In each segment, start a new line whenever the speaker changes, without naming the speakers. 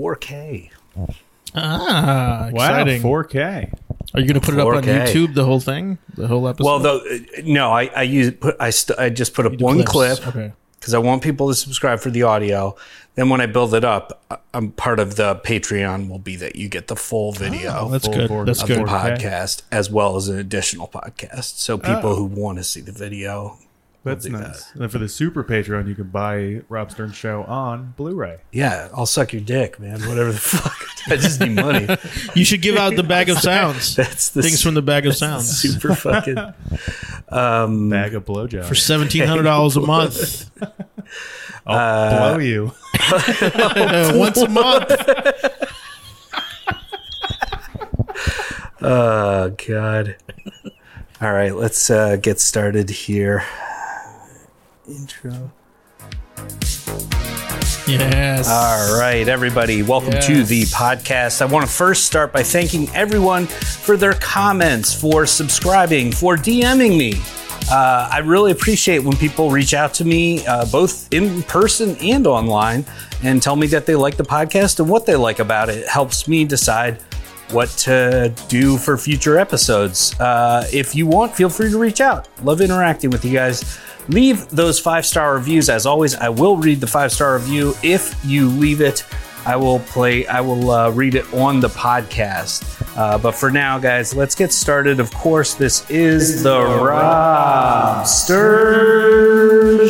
4K.
Ah, exciting.
Wow, 4K.
Are you going to put it up on
4K.
YouTube, the whole thing? The whole episode?
Well, though, uh, no, I I use put I st- I just put up one
Clips.
clip
Okay.
because I want people to subscribe for the audio. Then when I build it up, I- I'm part of the Patreon will be that you get the full video
Oh, That's good.
forward.
That's
of
good.
the podcast as well as an additional podcast. So
Oh.
people who want to see the video,
That's
do
nice. And then for the super Patreon, you can buy Rob Stern Show on Blu-ray.
yeah, I'll suck your dick, man. Whatever the fuck. I just need money.
You should give out the bag of sounds.
That's the
Things from the bag of sounds.
super fucking.
Bag of blowjobs.
For $1,700 a month.
I'll blow you.
Uh, once a month.
Oh god. All right, let's uh, get started here. Intro.
Yes.
All right, everybody, welcome to
Yes.
the podcast. I want to first start by thanking everyone for their comments, for subscribing, for DMing me. Uh, I really appreciate when people reach out to me, uh, both in person and online, and tell me that they like the podcast and what they like about it. It helps me decide what to do for future episodes. Uh, if you want, feel free to reach out. Love interacting with you guys. Leave those five star reviews. As always, I will read the five star review. If you leave it, I will play, I will uh, read it on the podcast. Uh, but for now, guys, let's get started. Of course, this is the Rob Stern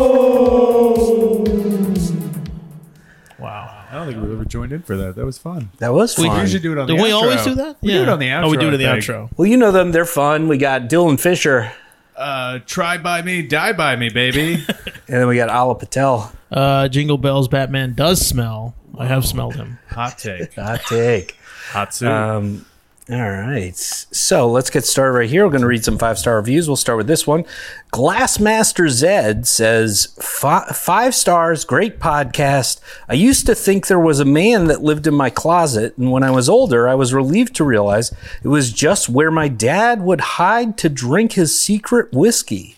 Show.
Wow.
I don't think we've ever joined in for that. That was fun.
That was fun.
We should do it on
Do
the
we
outro.
always do that?
We do it on the outro.
Oh, we do it in the
I think.
outro.
Well, you know them. They're fun. We got Dylan Fisher,
Uh, try by me, die by me, baby.
and then we got Ala Patel.
Uh, Jingle Bells Batman does smell. I have smelled him.
Hot take.
Hot take.
Hot soup.
Um, all right. So let's get started right here. We're going to read some five star reviews. We'll start with this one. Glassmaster Zed says "Fi- five stars, great podcast. I used to think there was a man that lived in my closet, and when I was older, I was relieved to realize it was just where my dad would hide to drink his secret whiskey.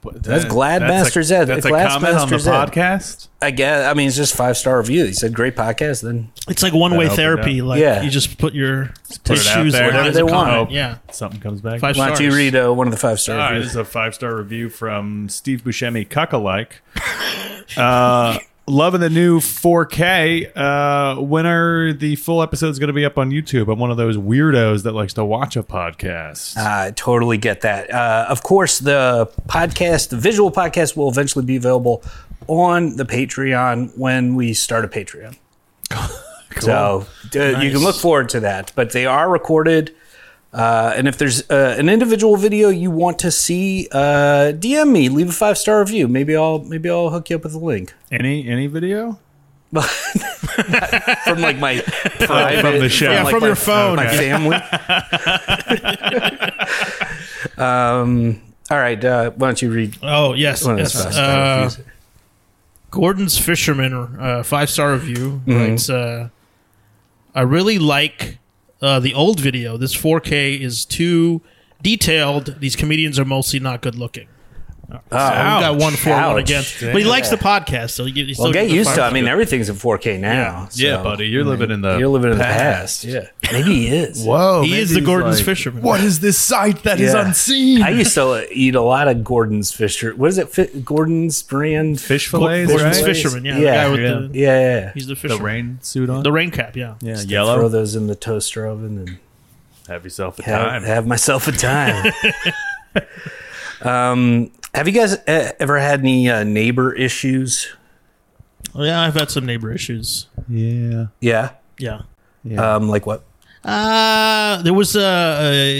But
that's
that-
Glad Master
a,
Zed.
That's a
Glad
comment on
Master
the
Zed.
podcast.
I guess. I mean, it's just five star review. He said great podcast. Then
It's like one way
opened
therapy.
up.
Like
Yeah.
you just put your
put it out
issues
there.
on
Whatever
as
they
a
want.
comment. Yeah.
Something comes back.
Five
why don't you
stars.
read uh, one of the five star
All right,
reviews?
this is a five star review from Steve Buscemi, cuckalike. Uh, loving the new 4K. Uh, when are the full episodes going to be up on YouTube? I'm one of those weirdos that likes to watch a podcast.
I totally get that. Uh, of course, the podcast, the visual podcast, will eventually be available on the Patreon when we start a Patreon. So uh, you can look forward to that. But they are recorded. Uh, and if there's uh, an individual video you want to see, uh, DM me, leave a five star review. Maybe I'll maybe I'll hook you up with a link
any any video?
from like my private,
from the show. Yeah,
like,
from
my-
your phone.
my uh,
Okay.
family. um, all right, uh, why don't you read
Oh yes.
One of
yes.
those five star
Uh,
reviews.
Gordon's Fisherman, uh, five star review
Mm-hmm.
writes. Uh, I really like uh, the old video. This 4K is too detailed. These comedians are mostly not good looking.
Oh,
So we got one for one
Ouch.
again, but he likes the podcast, so you, you
Well, get used to. it. I mean, everything's in 4K now. so-
yeah, buddy, you're living in the
You're living in the past. Yeah, maybe he is.
Whoa,
He
maybe
is the
he's
Gordon's fisherman.
What is this site that is
Yeah.
unseen?
I used to eat a lot of Gordon's Fisher. What is it? Fi- Gordon's brand?
Fish fillets,
Gordon's
right?
fisherman, yeah,
Yeah.
the guy
Yeah.
with the
Yeah, yeah. yeah.
he's the
The
fisherman,
rain suit on.
the rain cap, yeah.
yeah,
Throw
yellow.
those in the toaster oven and
Have yourself a
have,
time.
have myself a time. um, have you guys uh, ever had any uh, neighbor issues?
Oh, yeah, I've had some neighbor issues.
yeah.
Yeah.
Yeah.
Um, like what?
Uh, there was uh,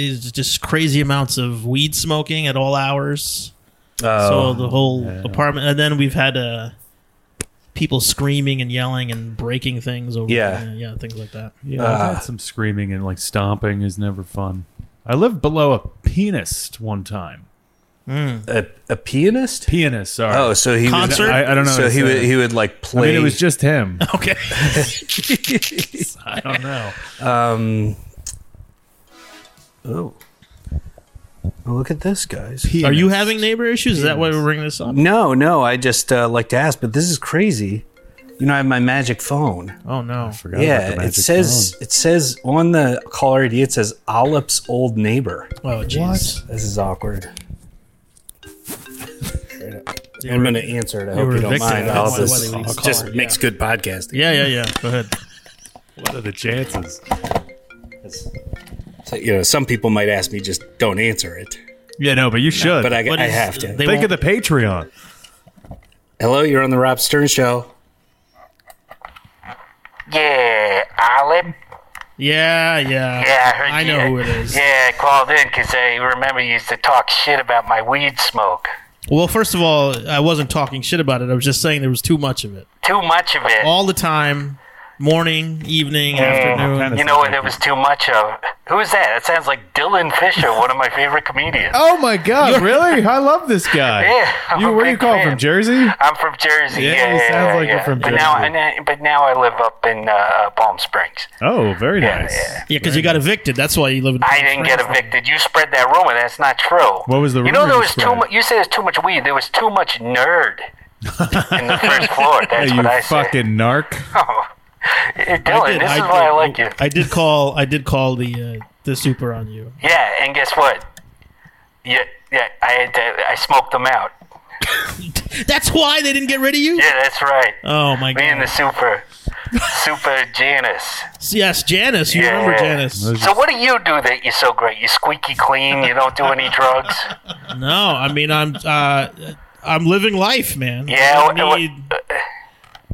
uh, just crazy amounts of weed smoking at all hours. so the whole apartment, and then we've had uh, people screaming and yelling and breaking things over.
Yeah.
yeah, things like that.
Yeah, I've had some screaming and like stomping is never fun. I lived below a pianist one time.
a, a pianist?
Pianist, sorry.
Oh, so he was.
Concert?
I, I don't know.
So
what to
he
say.
would he would like
I
play.
mean, it was just him.
Okay,
I don't know.
Um, oh, Look at this, guys.
Are you having neighbor issues? Is that why we're bringing this up?
No, no. I just uh, like to ask, but this is crazy. You know, I have my magic phone.
Oh no!
Forgot about the
yeah, it
magic
says
phone.
it says on the caller ID. It says Olip's old neighbor.
Oh jeez!
This is awkward. I'm going to answer it. I hope
were
you
a
don't
victim.
mind.
That's
I'll
why
just-
they would
I'll
call
just
it,
makes good podcasting.
Yeah, yeah, yeah. Go ahead.
What are the chances?
So, you know, some people might ask me, just don't answer it.
Yeah, no, but you should.
But I,
What
I
is-
have to.
They
think
won't-
of the Patreon.
Hello, you're on the Rob Stern Show.
Yeah, Olive.
yeah, yeah.
Yeah, I heard
I
you.
know who it is.
Yeah, I called in because I remember you used to talk shit about my weed smoke.
Well, first of all, I wasn't talking shit about it. I was just saying there was too much of it
Too much of it.
all the time, morning, evening, afternoon.
Kinda
you know what there was too much of? Who's that? That sounds like Dylan Fisher, one of my favorite comedians.
Oh my god, really? I love this guy.
Yeah, I'm
You
a
where you
big
call
fan.
from Jersey?
I'm from Jersey.
Yeah,
Yeah,
he
yeah,
sounds
yeah,
like you're
yeah.
from
but Now,
Jersey.
and I, but now I live up in uh, Palm Springs.
Oh, very
Yeah,
nice.
yeah.
Yeah, because you got evicted. That's why you live in.
I didn't get evicted. You spread that rumor. That's not true.
What was the
You
rumor
know there
you
was too
spread?
much. You said there's too much weed. There was too much nerd in the first floor. That's
Hey,
what I
you
said.
fucking narc.
Oh. Hey, Dylan,
I did.
this
I
is
did.
why I like you.
I did call. I did call the uh, the super on you.
Yeah, and guess what? Yeah, yeah, I had to, I smoked them out.
That's why they didn't get rid of you.
Yeah, that's right.
Oh my
Me and the
god!
super, super Janice.
Yes, Janice. You
Yeah.
remember Janice?
So what do you do that you're so great? You squeaky clean. You don't do any drugs.
No, I mean I'm uh, I'm living life, man.
Yeah,
I
what- uh,
need.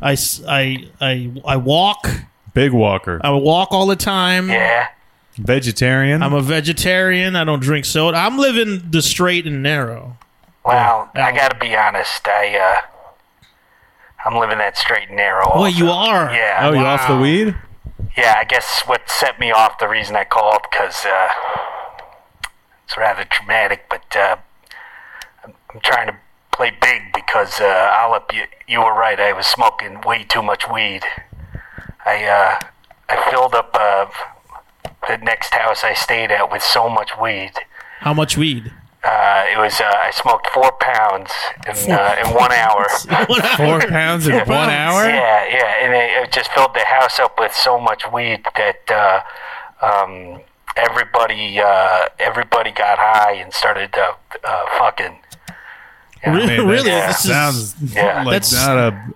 I, s- I- I- I walk.
Big walker.
I walk all the time.
Yeah,
Vegetarian.
I'm a vegetarian. I don't drink soda. I'm living the straight and narrow.
Well, I
Alan.
gotta be honest. I uh, I'm living that straight and narrow.
Boy,
also.
you are.
Yeah.
oh, you off the weed?
Yeah, I guess what set me off, the reason I called, because uh, it's rather dramatic, but uh, I'm- I'm trying to play big because, uh, Olip, you, you were right. I was smoking way too much weed. I, uh, I filled up uh, the next house I stayed at with so much weed.
How much weed?
Uh, it was, uh, I smoked four pounds in, uh, in one hour.
What I-
Four pounds in one hour?
Yeah, yeah, and it, it just filled the house up with so much weed that uh, um, everybody uh, everybody got high and started uh, uh, fucking.
Really?
Man, that
really? This is-
sounds
Yeah.
like
That's-
not a.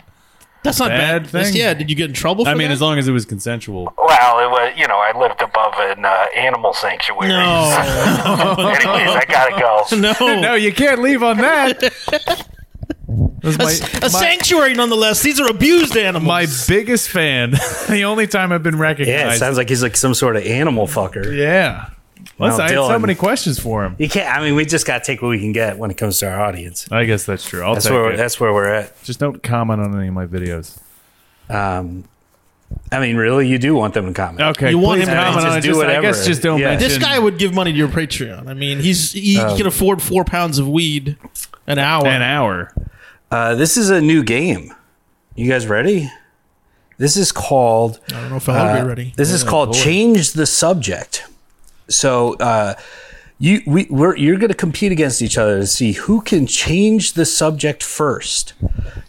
That's not
Bad
bad. That's-
thing.
yeah. Did you get in trouble? For
I mean,
that?
as long as it was consensual.
Well, it was you know I lived above an uh, animal sanctuary. Anyways, I gotta go.
no,
Oh.
No,
no.
you can't leave on that. That's my,
A
my,
sanctuary, nonetheless. These are abused animals.
my biggest fan. the only time I've been
Yeah, it
recognized.
sounds like he's like some sort of animal fucker.
Yeah. Plus,
Now,
I had so
Dylan.
many questions for him.
You can't. I mean, we just got to take what we can get when it comes to our audience.
I guess that's true. I'll
That's
take
where
it.
that's where we're at.
Just don't comment on any of my videos.
Um, I mean, really, you do want them to comment.
Okay,
You want
please
him to
comment
just
on it.
do
Just, I
whatever.
guess just don't
Yeah.
mention.
this guy would give money to your Patreon. I mean, he's he can afford four pounds of weed an hour.
an hour.
Uh, this is a new game. You guys ready? This is called.
I don't know if I'll be
Uh,
ready.
This is called change the subject. So uh, you we we're, you're going to compete against each other to see who can change the subject first.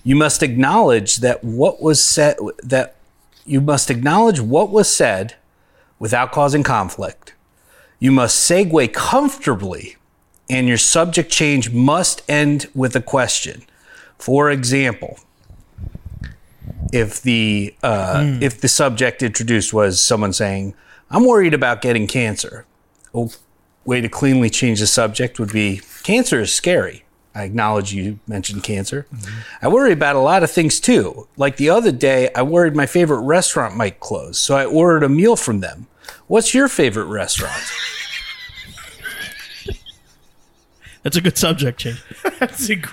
You must acknowledge that what was said that you must acknowledge what was said without causing conflict. You must segue comfortably, and your subject change must end with a question. For example, if the uh, if the subject introduced was someone saying, "I'm worried about getting cancer," a way to cleanly change the subject would be, "Cancer is scary." I acknowledge you mentioned cancer. I worry about a lot of things too. Like the other day, I worried my favorite restaurant might close, so I ordered a meal from them. What's your favorite restaurant?
That's a good subject, Jake.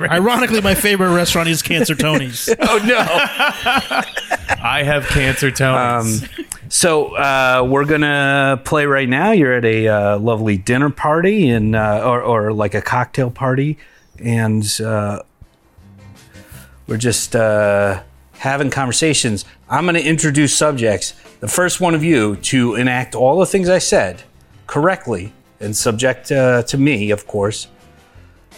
Ironically, my favorite restaurant is Cancer Tony's.
I have cancer,
Um,
Tony.
So uh, we're gonna play right now. You're at a uh, lovely dinner party and uh, or, or like a cocktail party, and uh, we're just uh, having conversations. I'm gonna introduce subjects. The first one of you to enact all the things I said correctly and subject uh, to me, of course,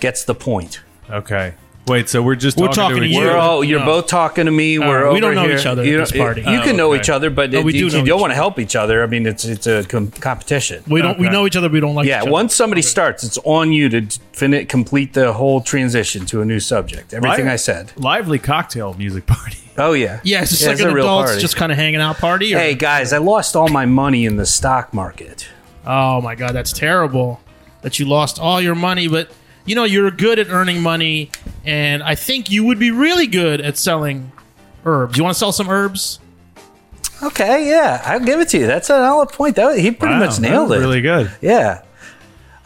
gets the point.
Okay. Wait, so we're just
We're
talking,
talking
each
to
other?
We're
you.
all, you're
No. Uh,
both talking to me. we're
we don't
over
know
here.
each other at
You
this
don't-
party.
You can
Oh,
know
okay.
each other, but
Oh, we
it-
do
you
know
don't
each
want to help each other. I mean, it's it's a com- competition.
We don't. We
Okay.
know each other. We don't like.
Yeah,
each other.
once somebody starts, it's on you to fin- complete the whole transition to a new subject. Everything
Live-
I said.
Lively cocktail music party.
Oh yeah.
Yeah, it's just like
it's
an
a real
adults
party.
just kind of hanging out party. Or,
Hey guys, I lost all my money in the stock market.
Oh my god, that's terrible. That you lost all your money, but you know you're good at earning money, and I think you would be really good at selling herbs. You want to sell some herbs?
Okay, yeah, I'll give it to you. That's a valid point. That was- he pretty
Wow,
much
that
nailed
was
it.
Really good.
Yeah,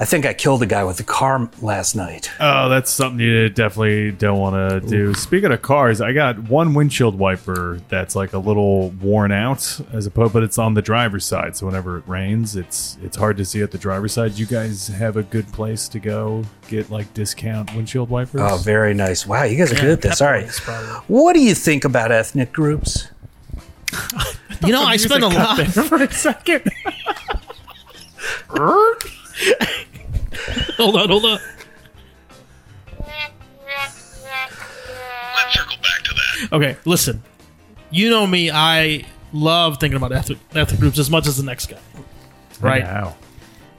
I think I killed a guy with a car last night.
Oh, that's something you definitely don't want to do. Speaking of cars, I got one windshield wiper that's like a little worn out as opposed, but it's on the driver's side. So whenever it rains, it's it's hard to see at the driver's side. You guys have a good place to go get like discount windshield wipers.
Oh, very nice. Wow, you guys are good at this.
Pep
All right,
Boys, probably.
what do you think about ethnic groups?
You know, I spend a lot.
for a second.
hold on, hold on.
Let's circle back to that.
Okay, listen. You know me. I love thinking about ethnic, ethnic groups as much as the next guy, right?
Wow.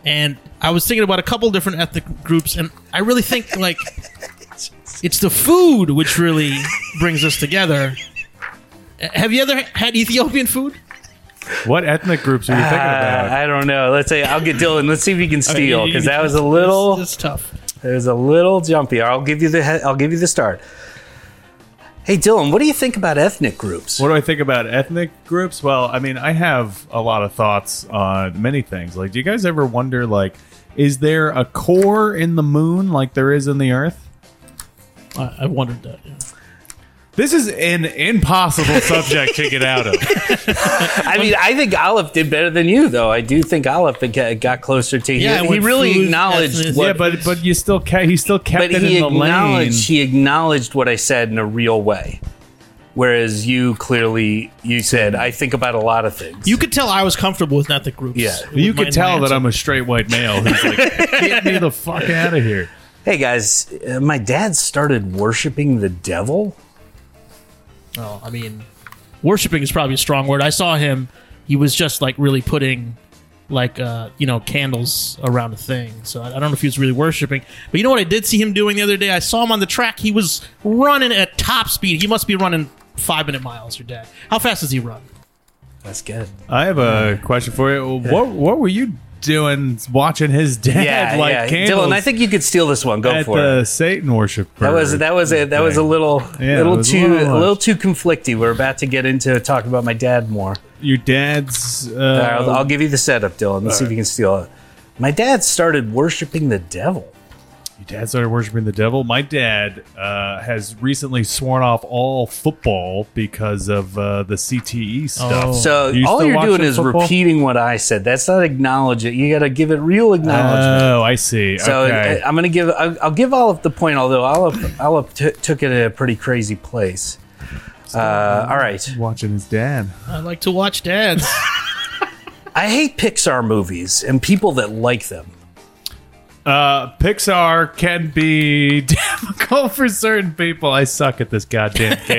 and I was thinking about a couple different ethnic groups, and I really think like it's the food which really brings us together. Uh, Have you ever had Ethiopian food?
What ethnic groups are you thinking
Uh,
about?
I don't know. Let's say I'll get Dylan. Let's see if he can steal because that was a little.
It's, it's tough.
It was a little jumpy. I'll give you the. he- I'll give you the start. Hey Dylan, what do you think about ethnic groups?
What do I think about ethnic groups? Well, I mean, I have a lot of thoughts on many things. Like, do you guys ever wonder, like, is there a core in the moon like there is in the earth?
I, I wondered that. yeah.
This is an impossible subject to get out of.
I mean, I think Olive did better than you, though. I do think Olive got got closer to you.
Yeah,
he
with
really
food,
acknowledged
ethnicity.
what.
yeah, but but you still kept he still kept
but
it
he
in the lane.
acknowledged he acknowledged what I said in a real way, whereas you clearly you said I think about a lot of things.
You could tell I was comfortable with ethnic groups.
Yeah.
You
With my-
could tell
my
that I'm a straight white male who's like, get me the fuck out of here.
hey guys, uh, my dad started worshiping the devil.
Well, I mean, worshiping is probably a strong word. I saw him; he was just like really putting, like, uh, you know, candles around a thing. So I, I don't know if he was really worshiping. But you know what I did see him doing the other day? I saw him on the track. He was running at top speed. He must be running five minute miles or day. How fast does he run?
That's good.
I have a question for you. What what were you doing watching his dad
Yeah,
like
yeah.
candles
Dylan, I think you could steal this one. Go
at
for
the
it.
Satan worship?
That was that was a that was a little
Yeah, it
little
was a
too
little
a
much.
little too conflicty. We're about to get into talking about my dad more.
your dad's. Uh,
All right, I'll, I'll give you the setup, Dylan. Let's see if you can steal it. My dad started worshiping the devil.
Your dad started worshiping the devil. My dad uh, has recently sworn off all football because of uh, the CTE stuff.
Oh.
So
You
all
still
you're doing
watching
is
football?
repeating what I said. That's not acknowledge it. You got to give it real acknowledgement.
Oh, I see.
so
okay.
I, am going to give I'll, I'll give Olive the point, although Olive Olive t- took it a pretty crazy place. Uh, all right,
watching his dad.
I like to watch dads.
I hate Pixar movies and people that like them.
Uh, Pixar can be difficult for certain people. I suck at this goddamn game.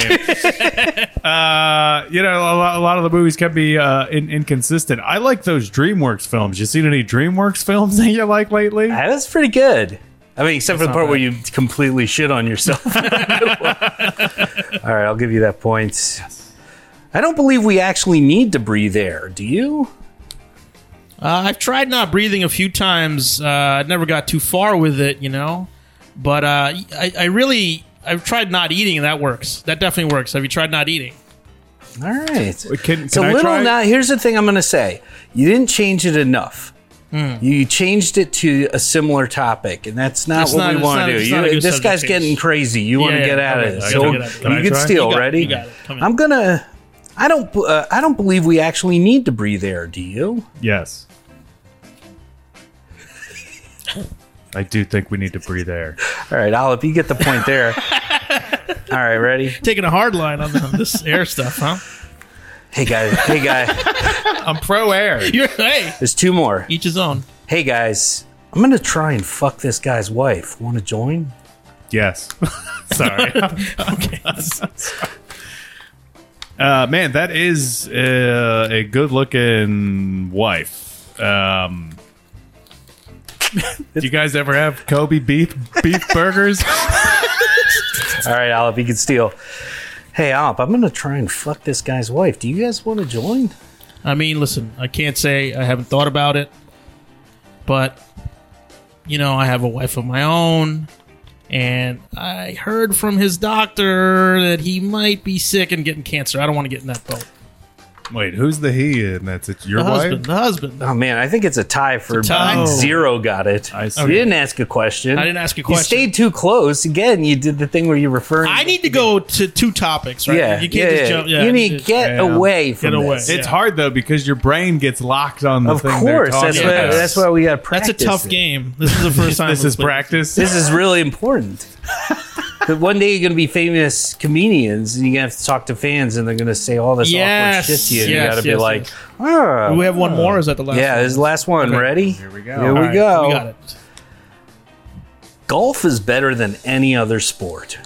uh, you know, a lot, a lot of the movies can be uh, in, inconsistent. I like those DreamWorks films. You seen any DreamWorks films that you like lately?
That was Uh, pretty good. I mean, except for the part where you completely shit on yourself. All right, I'll give you that point. I don't believe we actually need to breathe air. Do you?
Uh, I've tried not breathing a few times. Uh, I never got too far with it, you know. But uh, I, I really, I've tried not eating, and that works. That definitely works. Have you tried not eating?
All right.
Can, can
It's a
I
little
try?
now. Here's the thing I'm going to say. You didn't change it enough.
Hmm.
You changed it to a similar topic, and that's not
That's
what
not-
we
it's
want
not-
to do.
it's
You-
not a good
this
subject
guy's
change.
getting crazy. You want to
yeah,
get out
okay,
of this.
okay,
So
okay, okay. Can
you
I
can
try?
steal.
You got it,
ready?
you got it. Come in.
I'm gonna. I don't. Uh, I don't believe we actually need to breathe air. Do you?
Yes. I do think we need to breathe air.
All right, Olive, you get the point there. All right, ready?
Taking a hard line on, on this air stuff, huh?
Hey guys. Hey guy.
I'm pro air.
You're hey,
There's two more.
each his own.
Hey guys. I'm gonna try and fuck this guy's wife. Want to join?
Yes. Sorry.
Okay.
Uh, man, that is uh, a good looking wife. Um, do you guys ever have Kobe beef beef burgers?
All right, Alp, you can steal. Hey, Alp, I'm gonna try and fuck this guy's wife. Do you guys want to join?
I mean, listen, I can't say I haven't thought about it, but you know, I have a wife of my own, and I heard from his doctor that he might be sick and getting cancer. I don't want to get in that boat.
Wait, who's the he in that? It's your
The
wife.
husband, the husband.
Oh man, I think it's a tie for
It's a tie.
and zero. Got it.
I see.
You didn't ask a question.
I didn't ask a question.
You stayed too close. Again, you did the thing where you referred.
I need to go to two topics, right?
Yeah,
you can't
yeah,
just
yeah.
jump. Yeah,
you need to get
Yeah.
away from
away.
this.
It's
Yeah.
hard though because your brain gets locked on the
Of
thing. they're
course, that's
talking
why.
about.
That's why we got
That's
practice.
a tough
it.
game. This is the first time.
This
I've
is
played
practice.
This is really important. That one day you're going to be famous comedians, and you're going to have to talk to fans, and they're going to say all this
Yes,
awkward shit to you. and you
yes,
got to
yes,
be like,
yes.
"Ah."
Do we have one more? Or is that the last?
yeah,
one?
this is the last Oh. one.
Okay.
Ready?
Here we go.
Here
All
we
All right,
go.
We got it.
Golf is better than any other sport.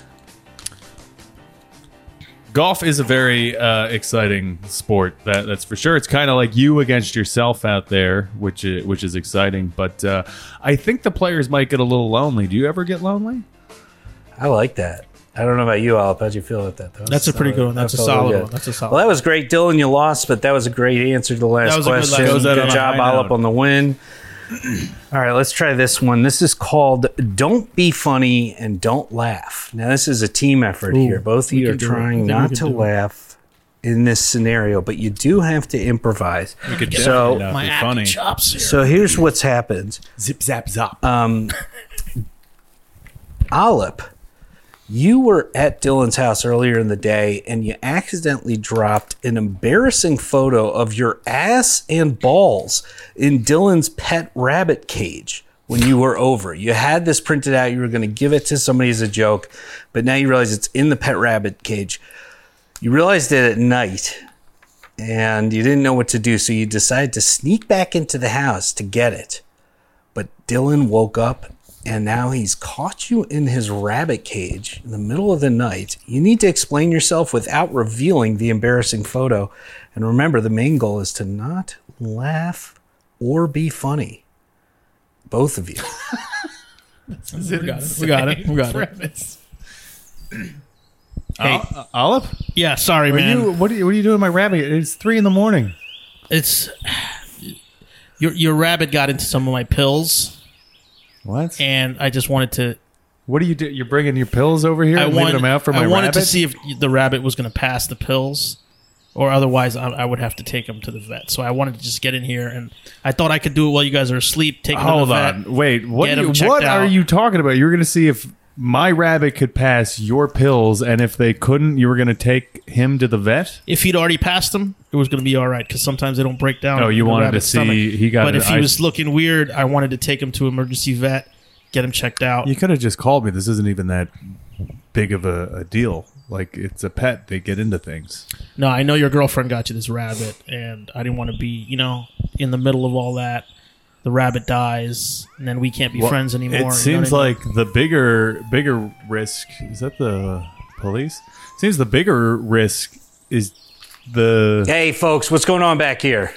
golf is a very uh, exciting sport. That that's for sure. It's kind of like you against yourself out there, which is, which is exciting. But uh, I think the players might get a little lonely. Do you ever get lonely?
I like that. I don't know about you, Alip. How'd you feel about that? that was-
That's a pretty good one.
that
That's a
felt really
solid
good.
one. That's a solid
Well, that was great, Dylan. You lost, but that was a great answer to the last
That was a good last
question.
one. Goes out
good
on a
job,
high
Alip,
note.
on the win. All right, let's try this one. This is called "Don't Be Funny and Don't Laugh." Now, this is a team effort here. Both of
we
you
can
are
do it. I
trying
think we
not
can
to
do it.
laugh in this scenario, but you do have to improvise. so,
definitely
My
Be
acting
funny.
chops here.
so here's what's happened.
Zip zap zap.
Olip, you were at Dylan's house earlier in the day and you accidentally dropped an embarrassing photo of your ass and balls in Dylan's pet rabbit cage when you were over. You had this printed out, you were going to give it to somebody as a joke, but now you realize it's in the pet rabbit cage. You realized it at night and you didn't know what to do, so you decided to sneak back into the house to get it. But Dylan woke up and now he's caught you in his rabbit cage in the middle of the night. You need to explain yourself without revealing the embarrassing photo. And remember, the main goal is to not laugh or be funny. Both of you.
we got it. We got it. We got it.
Uh, Olive,
Oh. Yeah. Sorry, man.
you what are you what are you doing, with my rabbit? It's three in the morning.
it's your your rabbit got into some of my pills,
What?
and I just wanted to.
What do you do? You're bringing your pills over here
I
and
wanted
leaving them out for my
I wanted
rabbit?
to see if the rabbit was going to pass the pills, or otherwise I, I would have to take him to the vet. So I wanted to just get in here, and I thought I could do it while you guys are asleep. Take him to the
Hold
vet.
on. Wait. What?
Get
do you-
'em checked
what are
out.
you talking about? You were going to see if my rabbit could pass your pills, and if they couldn't, you were going to take him to the vet.
If he'd already passed them, it was going to be all right because sometimes they don't break down.
Oh, you
in the
wanted to
rabbit's
see he got
But
it-
if he
I-
was looking weird, I wanted to take him to emergency vet, get him checked out.
You could have just called me. This isn't even that big of a, a deal. Like it's a pet. They get into things.
No, I know your girlfriend got you this rabbit, and I didn't want to be, you know, in the middle of all that. The rabbit dies, and then we can't be friends anymore.
It
you know
seems
what I mean?
like the bigger bigger risk is that the police. Seems the bigger risk is the
hey, folks, what's going on back here?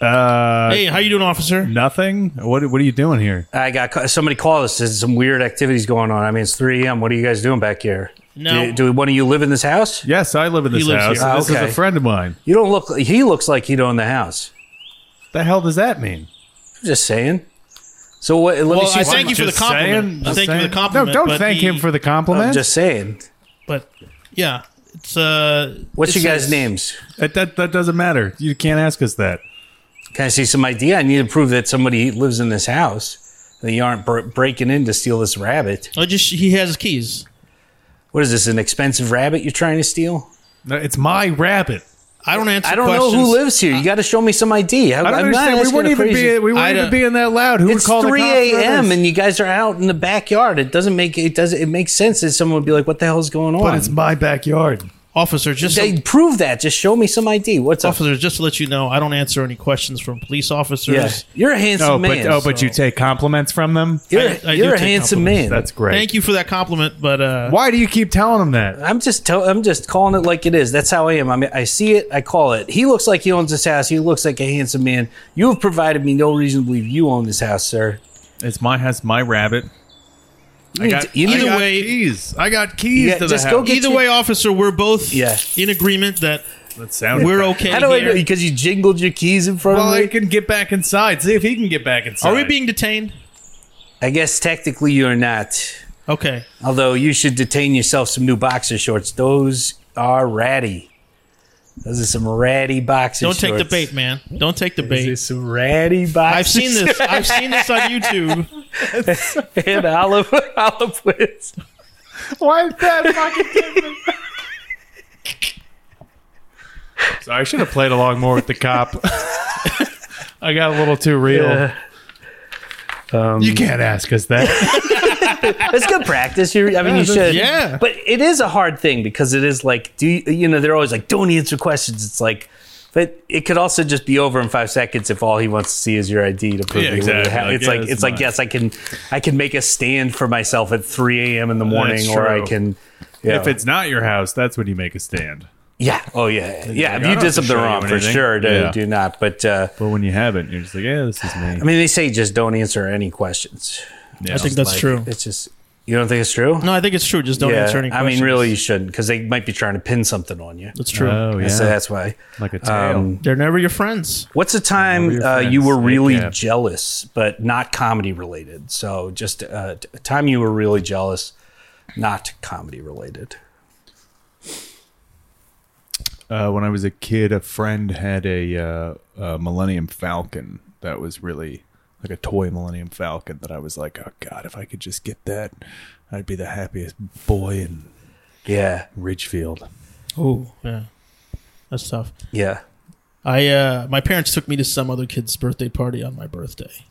uh,
Hey, how you doing, officer?
nothing. What what are you doing here?
I got ca- somebody called us. There's some weird activities going on. I mean, it's 3 a.m. What are you guys doing back here?
No.
Do, do one of you live in this house?
Yes, I live in this
lives
house.
here.
and
Ah,
this
okay.
is a friend of mine.
You don't look. He looks like he'd own the house.
The hell does that mean?
I'm just saying. So what? Let me
Well,
see.
I thank you for the
Just saying,
compliment. I thank
just
you for
saying.
the compliment.
No, don't
but
thank
the-
him for the
I'm
compliment.
just saying.
But yeah, it's uh.
What's
it
your guys'
says-
names?
that, that that doesn't matter. You can't ask us that.
Can I see some idea? I need to prove that somebody lives in this house. That you aren't br- breaking in to steal this rabbit.
I just he has his keys.
What is this? An expensive rabbit you're trying to steal?
No, it's my rabbit.
I don't answer.
I don't
questions.
know who lives here. You got to show me some ID. I,
I don't
am
understand.
Not
We
asking
wouldn't
a
even
crazy-
be we
I
wouldn't even
don't-
be in that loud. Who would
It's
call the
3
cops for
a.m.
this?
and you guys are out in the backyard. It doesn't make it does it makes sense that someone would be like, "What the hell's going on?"
but it's my backyard.
Officer, just
They prove that. Just show me some ID. What's up?
officer, just to let you know, I don't answer any questions from police officers.
Yeah. You're a handsome
Oh,
man.
but oh, but you take compliments from them.
you're,
I- I do
you're a
take
handsome man.
compliments.
That's great.
Thank you for that compliment, but uh,
Why do you keep telling them that?
I'm just tell, I'm just calling it like it is. That's how I am. I mean, I see it, I call it. He looks like he owns this house. He looks like a handsome man. You have provided me no reason to believe you own this house, sir.
It's my has my rabbit. I
need
got,
to- you need
I
to-
got
way-
keys. I got keys
Yeah,
to the
just
house.
go get-
either
you-
way, officer, we're both
Yeah.
in agreement that
that sounded
we're
bad.
okay.
How do I
here.
know? Because you jingled your keys in front
Well,
of
I
me.
can get back inside. See if he can get back inside.
Are we being detained?
I guess technically you're not.
Okay.
Although you should detain yourself some new boxer shorts. Those are ratty. Those are some ratty boxer
Don't
shorts.
take the bait, man. Don't take the
These are
bait.
some ratty boxer
I've seen this. I've seen this on YouTube.
and olive, olive whiz.
Why is that fucking different? so I should have played along more with the cop. I got a little too real. you can't ask us that.
It's good practice. You, I mean, you should.
yeah.
But it is a hard thing because it is like, do you, you know? They're always like, don't answer questions. It's like, but it could also just be over in five seconds if all he wants to see is your ID to prove
Yeah,
you were-
exactly. Like,
It's
yeah,
like,
it's
it's like,
mine.
yes, I can, I can make a stand for myself at 3 a.m. in the morning, or I
true.
can. Yeah.
If it's not your house, that's when you make a stand.
yeah, oh yeah, yeah.
like,
If
I
you did
don't have to
something
show you
wrong, for
anything.
sure, do,
Yeah.
do not. But uh,
But when you haven't, you're just like, yeah, this is me.
I mean, they say just don't answer any questions.
Yeah.
I think that's
Like,
true.
It's just you don't think it's true.
No, I think it's true. Just
Oh,
don't answer any
I
questions.
mean, really, you shouldn't because they might be trying to pin something on you.
it's true.
Oh, yeah.
So that's why.
like a tail.
Um,
They're never your friends.
What's the time
Remember your
uh, you
friends,
were really
yeah.
jealous, but not comedy related? So just uh, t- a time you were really jealous, not comedy related.
uh, when I was a kid, a friend had a, uh, a Millennium Falcon that was really like a toy Millennium Falcon that I was like, oh god, if I could just get that, I'd be the happiest boy in
Yeah,
Ridgefield.
Oh, yeah. That's tough.
yeah.
I uh, my parents took me to some other kid's birthday party on my birthday.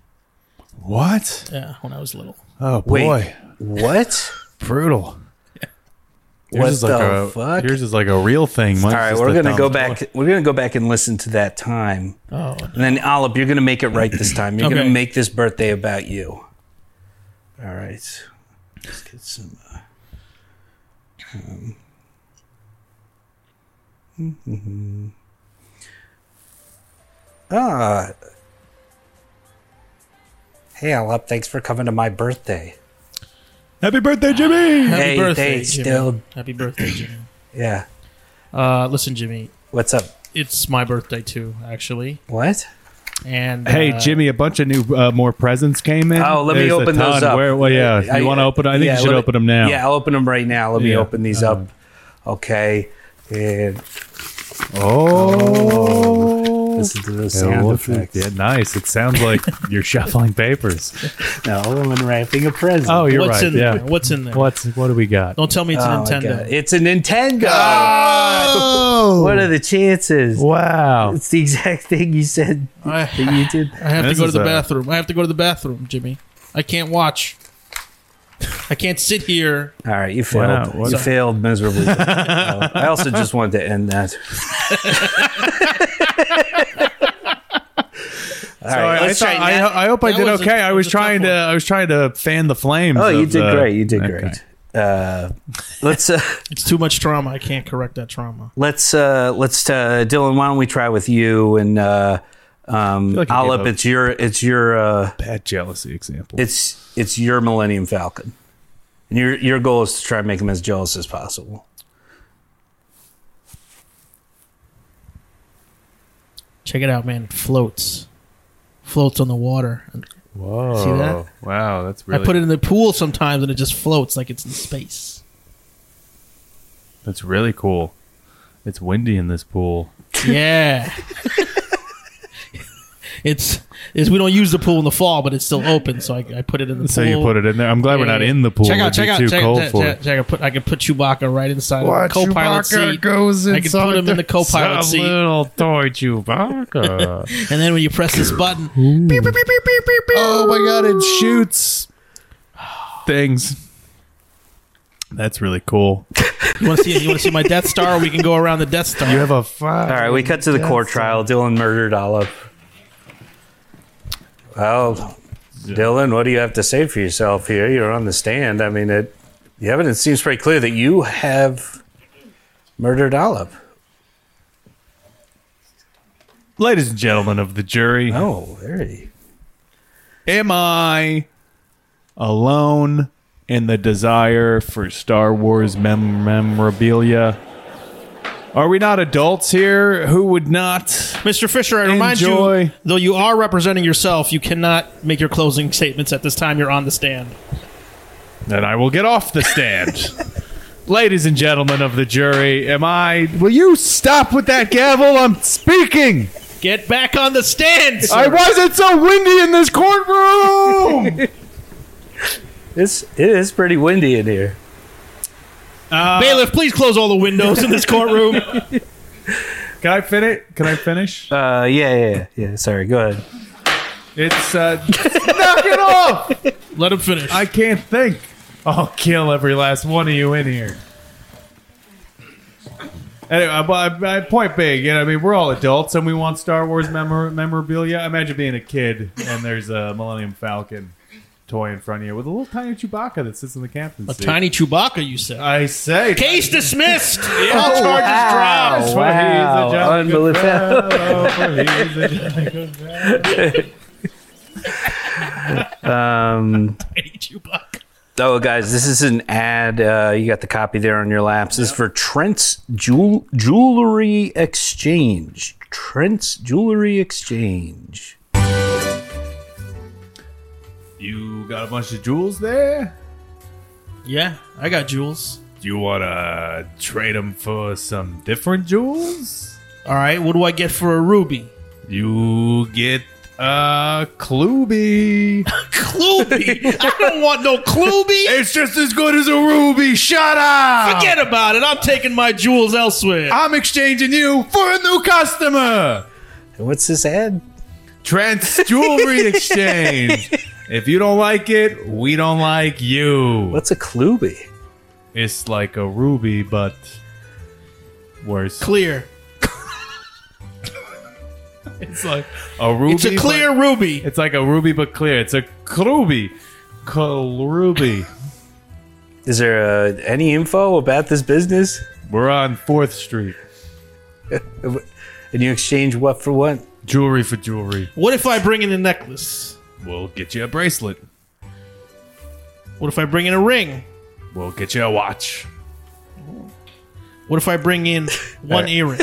What?
Yeah, when I was little.
Oh
Wait,
boy,
what?
brutal. Yours
What
is like
the
a,
fuck?
Yours is like a real thing.
All right, we're gonna go back. We're gonna go back and listen to that time,
Oh,
and then Olive, you're gonna make it right this time. You're gonna
Okay.
make this birthday about you. All right, let's get some. uh, um, mm-hmm. Ah. Hey, Alop, thanks for coming to my birthday.
Happy birthday, Jimmy!
happy
Hey,
birthday,
thanks,
Jimmy.
dude.
Happy birthday, Jimmy.
Yeah.
Uh, listen, Jimmy,
What's up?
it's my birthday too, actually.
What?
And
Hey
uh,
Jimmy, a bunch of new uh, more presents came in.
Oh, let me
There's a
open those
ton.
up.
Where, well, yeah, you want to open? I think
yeah,
you should
let me-
open them now.
Yeah, I'll open them right now. Let me
Yeah. Uh-huh.
open these up. Okay. And
Oh,
listen to those sound effects.
Yeah, nice. It sounds like you're shuffling papers.
No, I'm unwrapping a present.
Oh, you're
what's in
right. yeah.
there? What's in there?
What's what do we got?
Don't tell me it's a
Oh my God.
Nintendo.
It's a Nintendo.
Oh,
What are the chances?
wow!
It's the exact thing you said that
I,
you did.
I have to
This
go to
is
the
a-
bathroom. I have to go to the bathroom, Jimmy. I can't watch. I can't sit here.
All right, you
not?
failed.
What-
You failed miserably. Uh, I also just wanted to end that. All right,
I,
let's
thought-
try
I,
now.
ho- I hope I
That
did
was a-
okay. I
that
was
was a tough
trying to
one.
I was trying to fan the flames.
Oh, you
of
did
the-
great. You did
uh, Okay.
great. Uh, let's uh,
It's too much trauma. I can't correct that trauma.
let's uh, let's uh, Dylan. Why don't we try with you and uh, um,
like I gave
Olive?
up.
It's your it's your uh,
Bad jealousy example.
it's it's your Millennium Falcon, and your your goal is to try and make him as jealous as possible.
Check it out, man. It floats. Floats on the water.
Whoa!
See that?
Wow, that's
I put it in the pool sometimes and it just floats like it's in space.
that's really cool. It's windy in this pool.
Yeah. it's it's we don't use the pool in the fall, but it's still open, so I, I put it in the
So
pool.
you put it in there. I'm glad we're not in the pool.
Check out,
It'd be
check out,
too
check,
cold
check,
for
check,
it.
check. I, put, I could put Chewbacca right inside of the co-pilot seat,
goes
I could put him in the co-pilot seat.
Little toy Chewbacca.
and then when you press this button,
oh my god, it shoots things. That's really cool.
You want to see? You want to see my Death Star? We can go around the Death Star.
You have a five.
All right, we cut to the court trial. Dylan murdered Olive. Well, Dylan, what do you have to say for yourself here? You're on the stand. I mean, it, the evidence seems pretty clear that you have murdered Olive.
Ladies and gentlemen of the jury,
Oh, very.
am I alone in the desire for Star Wars mem- memorabilia? Are we not adults here? Who would not?
Mr. Fisher, I remind you,
Enjoy.
though you are representing yourself, you cannot make your closing statements at this time. You're on the stand.
Then I will get off the stand. Ladies and gentlemen of the jury, am I. Will you stop with that gavel? I'm speaking!
Get back on the stand. sir.
I wasn't so windy in this courtroom!
It's, it is pretty windy in here.
Uh, Bailiff, please close all the windows in this courtroom.
Can I finish? Can I finish?
Uh, yeah, yeah, yeah. Sorry, go ahead.
It's. Uh, knock it off!
Let him finish.
I can't think. I'll kill every last one of you in here. Anyway, I, I, I, point big. You know, I mean, we're all adults and we want Star Wars memor- memorabilia. Imagine being a kid and there's a Millennium Falcon toy in front of you with a little tiny Chewbacca that sits in the captain's
a
seat.
tiny Chewbacca, you said.
I say,
Case dismissed.
all charges
wow,
dropped.
wow,
For he's a jolly good
unbelievable.
fellow, for he's a jolly good fellow.
Um,
Tiny Chewbacca.
Oh, guys, this is an ad. Uh, you got the copy there on your laps. This is for Trent's Jewel- Jewelry Exchange. Trent's Jewelry Exchange.
You got a bunch of jewels there.
Yeah, I got jewels.
Do you want to trade them for some different jewels?
All right, what do I get for a ruby?
You get a Kluby.
Klooby. I don't want no Klooby.
it's just as good as a ruby. Shut up.
Forget about it. I'm taking my jewels elsewhere.
I'm exchanging you for a new customer.
And What's this ad?
Trent's Jewelry Exchange. If you don't like it, we don't like you.
What's a Kluby?
It's like a ruby, but worse.
Clear.
It's like a ruby.
It's a
but-
clear ruby.
It's like a ruby, but clear. It's a Kluby. Kluby.
Is there uh, any info about this business?
We're on 4th Street.
And you exchange what for what?
Jewelry for jewelry.
What if I bring in a necklace?
We'll get you a bracelet.
What if I bring in a ring?
We'll get you a watch.
What if I bring in one earring?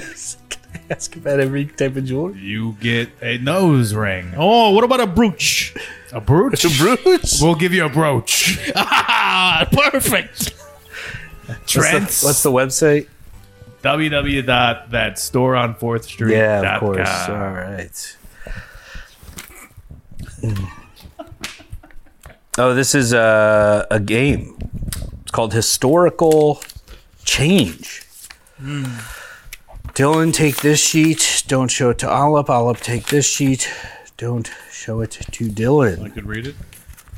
Ask about every type of jewelry.
You get a nose ring.
Oh, what about a brooch?
A brooch.
Bruce?
We'll give you a brooch.
Ah, perfect.
What's the, what's the website?
www.thatstoreon4thstreet.com.
Yeah, of course. All right. Oh, this is uh, a, a game. It's called Historical Change. Hmm. Dylan, take this sheet. Don't show it to Olip. Olip, take this sheet. Don't show it to Dylan
I could read it.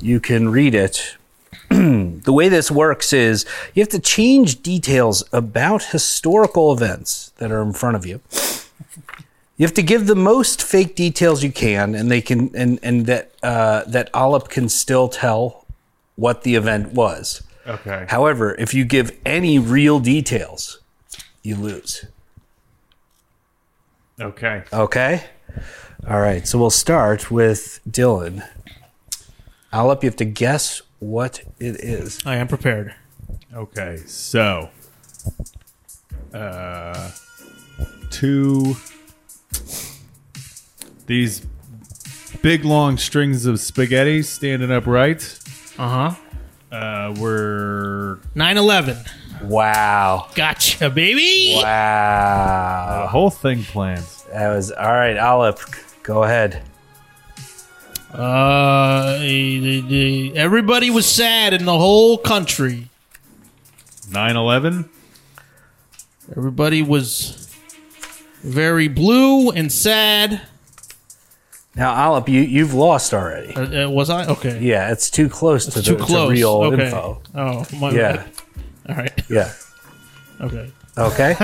you can read it. the way this works is you have to change details about historical events that are in front of you. You have to give the most fake details you can, and they can, and and that uh, that Olip can still tell what the event was.
Okay.
However, if you give any real details, you lose.
Okay.
Okay. All right. So we'll start with Dylan. Olip, you have to guess what it is.
I am prepared.
Okay. So, uh, two. These big long strings of spaghetti standing upright
Uh huh.
uh, were
9 11.
Wow.
Gotcha, baby.
Wow.
the whole thing planned.
That was all right, Olive. Go ahead.
Uh, the- the- everybody was sad in the whole country.
9 11?
Everybody was very blue and sad.
Now, Olive, you, you've lost already.
Uh, uh, was I? Okay.
Yeah, it's too close to
Too
the to
close.
real
okay.
info.
Oh, my
Yeah.
bad. All right.
Yeah.
Okay.
Okay.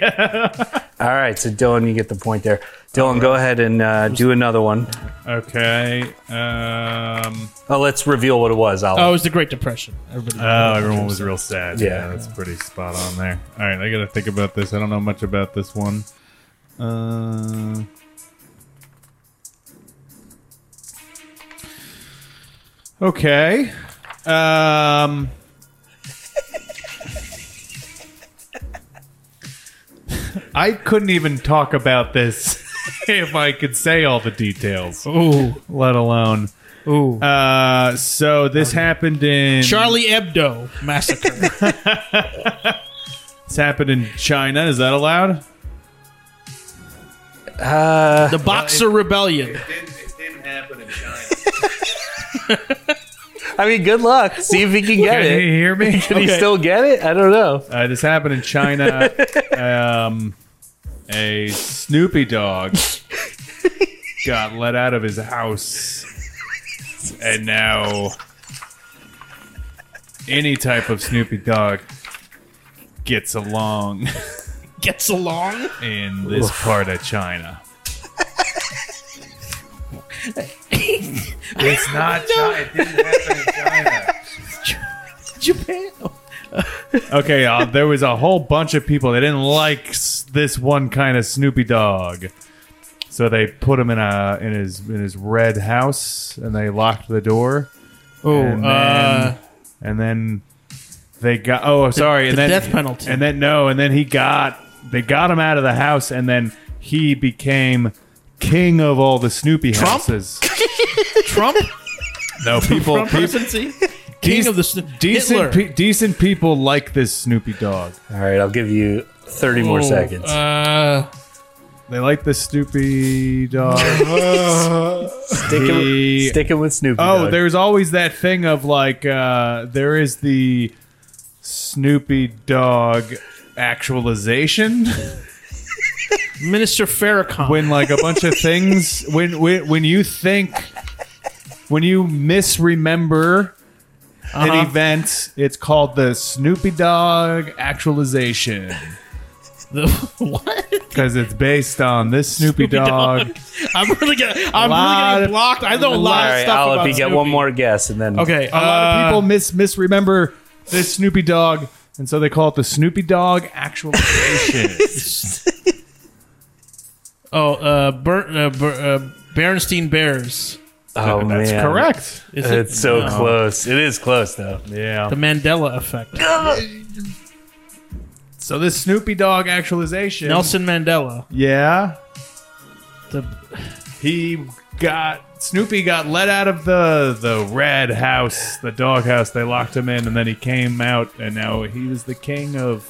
yeah.
All right. So Dylan, you get the point there. Dylan, go ahead and uh, do another one.
Okay. Um,
Oh, let's reveal what it was. I'll,
Oh, it was the Great Depression. Everybody.
oh, everyone was real sad.
Yeah.
Yeah. that's pretty spot on there. All right, I got to think about this. I don't know much about this one. Uh, okay. Um, I couldn't even talk about this if I could say all the details,
Ooh.
let alone.
Ooh.
Uh, so this happened in
Charlie Hebdo massacre.
This happened in China. Is that allowed?
the Boxer Rebellion.
Didn't, it didn't happen in China.
Oh.
I mean, good luck. See if he can get
Can you
it.
hear me?
Can he still get it? I don't know.
Uh, this happened in China. Um, a Snoopy dog got let out of his house, and now any type of Snoopy dog gets along
Gets along.
in this part of China. it's not China. It didn't happen in China.
Japan.
Okay, uh, there was a whole bunch of people. They didn't like s- this one kind of Snoopy Dog, so they put him in a in his in his red house, and they locked the door,
Oh,
And
uh,
and then they got. Oh, sorry, and
the
then
death penalty.
and then no, and then he got they got him out of the house, and then he became king of all the Snoopy
Trump?
houses.
Trump.
No people,
Trump
people
presidency. King of the Sno- Hitler.
decent pe- decent people like this Snoopy Dog.
All right. I'll give you 30 more
Oh,
seconds.
Uh,
They like the Snoopy Dog.
Oh,
sticking,
the-
with, sticking with Snoopy.
Oh,
Dogg.
there's always that thing of like uh, there is the Snoopy Dog actualization
Minister Farrakhan.
when like a bunch of things when when when you think when you misremember an
Uh-huh.
event, it's called the Snoopy Dog actualization
The- what?
because it's based on this
Snoopy
Snoopy, Dog.
Dog. I'm really gonna. I'm
lot
really getting
of-
blocked. I know a
All
lot of
right,
stuff
I'll
about
let you get
Snoopy.
one more guess, and then
Okay.
A lot
uh,
of people mis misremember this Snoopy Dog, and so they call it the Snoopy Dog actualization.
Oh, uh, Ber- uh, Ber- uh, Berenstein Bears.
Oh,
That's
man.
correct.
Is it-
It's so
no.
close. It is close though.
Yeah.
The Mandela effect.
So this Snoopy Dog actualization.
Nelson Mandela.
Yeah.
The
He got Snoopy got let out of the the red house, the dog house. They locked him in, and then he came out, and now he was the king of.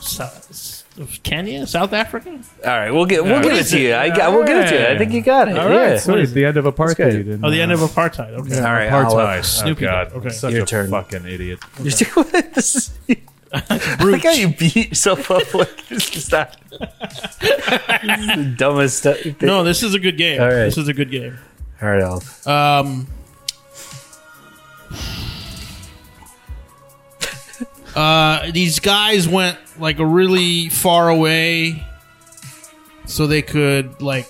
South, of Kenya, South Africa.
All right, we'll get we'll
right.
give it to you. I got we'll give it to you. I think you got it.
All right,
yeah.
sweet. The end of apartheid. and,
Oh, the end
uh,
of apartheid. Okay.
All right, I'll, uh,
apartheid.
Snoopy
oh, God.
Dogg. Okay.
Such
Your
a
turn.
fucking idiot.
You're doing this. I like how you beat yourself up like this is not. this is the dumbest stuff.
No, this is a good game.
All right.
This is a good game.
All right, I'll.
Um. Uh, these guys went like really far away, so they could like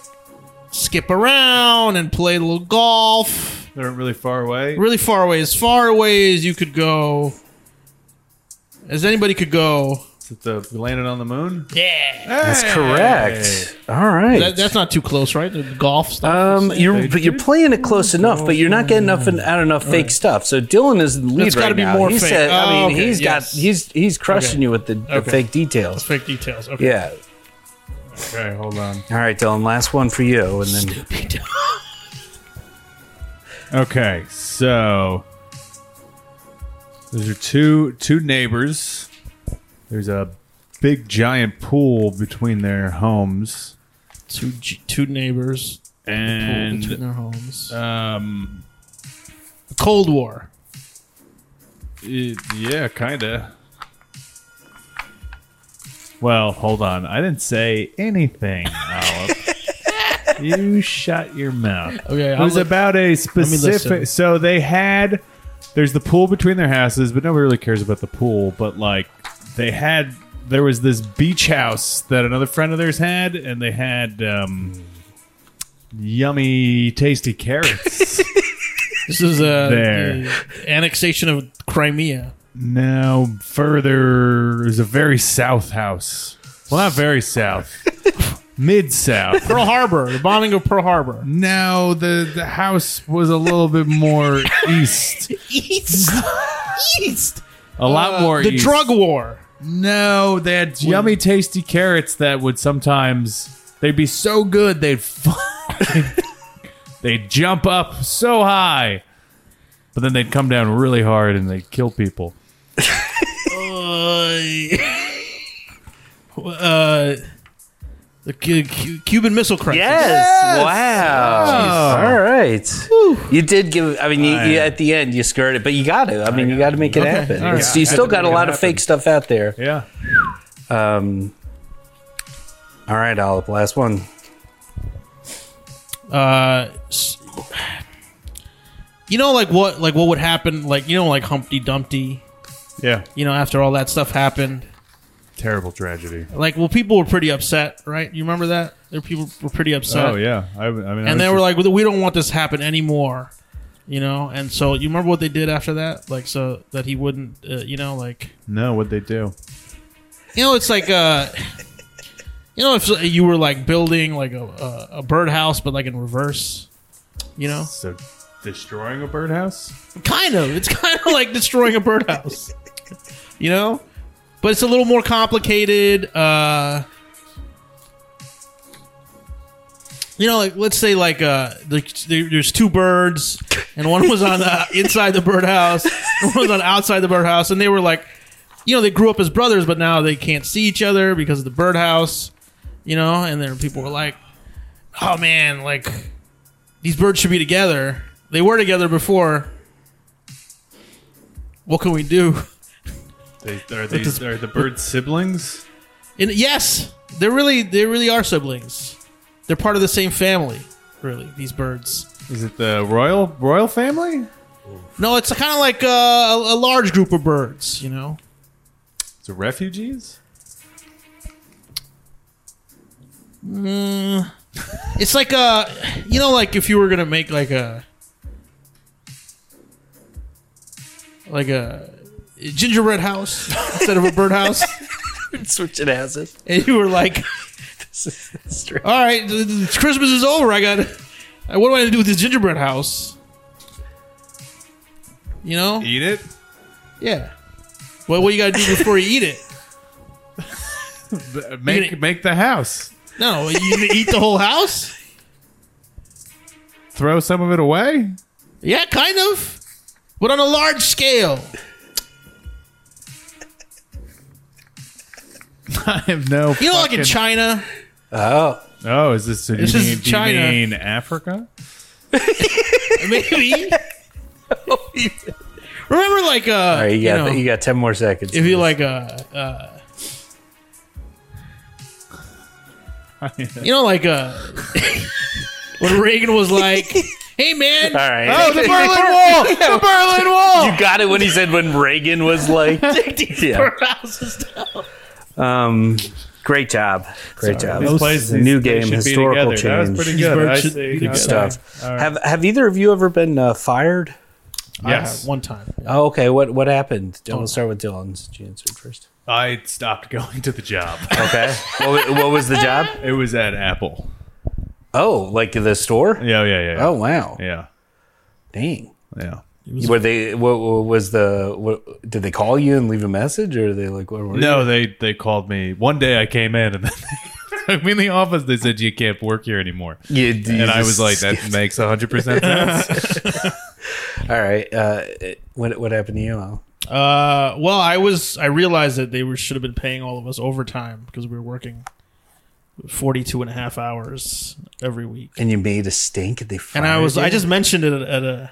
skip around and play a little golf.
They weren't really far away.
Really far away, as far away as you could go, as anybody could go.
Is it the we landed on the moon?
Yeah,
That's correct. All right.
that, that's not too close, right? The golf stuff.
um, you're
They
but you're
did
playing it close enough, but you're not getting enough
Mm.
and out enough fake stuff. So Dylan is the lead
That's
right
gotta be
now.
more
He
fake.
said, I
Oh,
mean,
okay,
he's
yes.
got he's he's crushing
Okay.
you with the, the
Okay.
fake details.
Fake details. Okay.
Yeah.
Okay, hold on.
All right, Dylan. Last one for you, and then
Okay, so those are two two neighbors. There's a big giant pool between their homes,
Two g- two neighbors pulled between
and
their homes.
um,
Cold War.
it- yeah, kinda. Well, hold on. I didn't say anything, Olive. you shut your mouth.
Okay,
It was
I'll-
about a
listen.
specific. So they had there's the pool between their houses, but nobody really cares about the pool. But like they had, there was this beach house that another friend of theirs had, and they had um, yummy, tasty carrots.
This is uh,
There.
the annexation of Crimea.
now further there's a very south house. Well, not very south, mid south.
Pearl Harbor, the bombing of Pearl Harbor.
Now the the house was a little bit more east,
East. East.
a lot more.
Uh, The
east.
drug war.
No, they had yummy, tasty carrots that would sometimes they'd be so good they'd they'd jump up so high, but then they'd come down really hard and they'd kill people.
uh, uh, the Cu- Cu- Cuban Missile Crisis.
Yes. Wow. All right. You did give. I mean, you, you, at the end you skirted, but you got to. I mean, you got to make it happen.
All right.
It's- You
Yeah, I
still
had
got
to
a
make it
lot of
happen.
fake stuff out there.
Yeah,
Um. All right, Olive. Last one.
Uh, s- you know, like what, like what would happen, like you know, like Humpty Dumpty.
yeah,
You know, after all that stuff happened,
terrible tragedy.
like well, people were pretty upset, right? You remember that? There, people were pretty upset.
oh yeah, I, I mean,
and they were like, "We don't want this to happen anymore," you know. And so you remember what they did after that, like so that he wouldn't, uh, you know, like
no, what they do?
you know, it's like uh, you know, if you were like building like a a, a birdhouse, but like in reverse, you know,
So destroying a birdhouse?
kind of. It's kind of like destroying a birdhouse, you know, but it's a little more complicated. Uh, you know, like let's say like uh, like there, there's two birds, and one was on the inside the birdhouse, and one was on outside the birdhouse, and they were like, you know, they grew up as brothers, but now they can't see each other because of the birdhouse, you know, and then people were like, oh man, like these birds should be together. They were together before. What can we do?
They, are they are the bird siblings?
And yes, they're really they really are siblings. They're part of the same family, really. These birds.
Is it the royal royal family?
No, it's kind of like uh, a, a large group of birds, you know.
It's the refugees.
It's like uh you know, like if you were gonna make like a like a gingerbread house instead of a birdhouse,
Switching houses.
and you were like. all right, th- th- Christmas is over. I got. I- What do I have to do with this gingerbread house? You know?
Eat it.
Yeah. Well, what you got to do before you eat it?
Make
Eat it.
make the house.
No, you gonna eat the whole house?
throw some of it away?
Yeah, kind of, but on a large scale.
I have no.
You know, like in
fucking-
China.
Oh.
Oh, is this? Do you,
This
mean,
is
do you
China.
mean Africa?
Maybe. Remember, like, uh,
All right. Oh, You
you
got.
know,
you got ten more seconds.
if you like, uh, uh, you know, like, uh, when Reagan was like, "Hey, man,
All right.
Oh, the Berlin Wall! The Berlin Wall!
You got it when he said when Reagan was like. yeah.
birdhouses down."
Um. Great job. Great job.
These places,
new
they
game.
should be
Historical
together.
change.
That was pretty
These
good. I
birds should
see.
be together.
Okay.
stuff.
All right.
Have Have either of you ever been uh, fired?
Yes,
Uh, one time.
Oh, okay. What What happened? We'll start with Dylan. since You answered first.
I stopped going to the job.
Okay. what, wa- what was the job?
it was at Apple.
Oh, like the store.
Yeah, yeah, yeah.
Oh wow.
yeah,
Dang.
yeah.
Were they? What, what was the? What, did they call you and leave a message, or they like? What were you-
No, they they called me one day. I came in and then they took me in the office. They said you can't work here anymore.
You- you
And I was
just-
like, that makes 100% sense.
All right. Uh, what What happened to you? Al?
Uh, well, I was. I realized that they were, should have been paying all of us overtime because we were working 42 and a half hours every week.
And you made a stink. And they.
And I
fired
was.
you?
I just mentioned it at, at a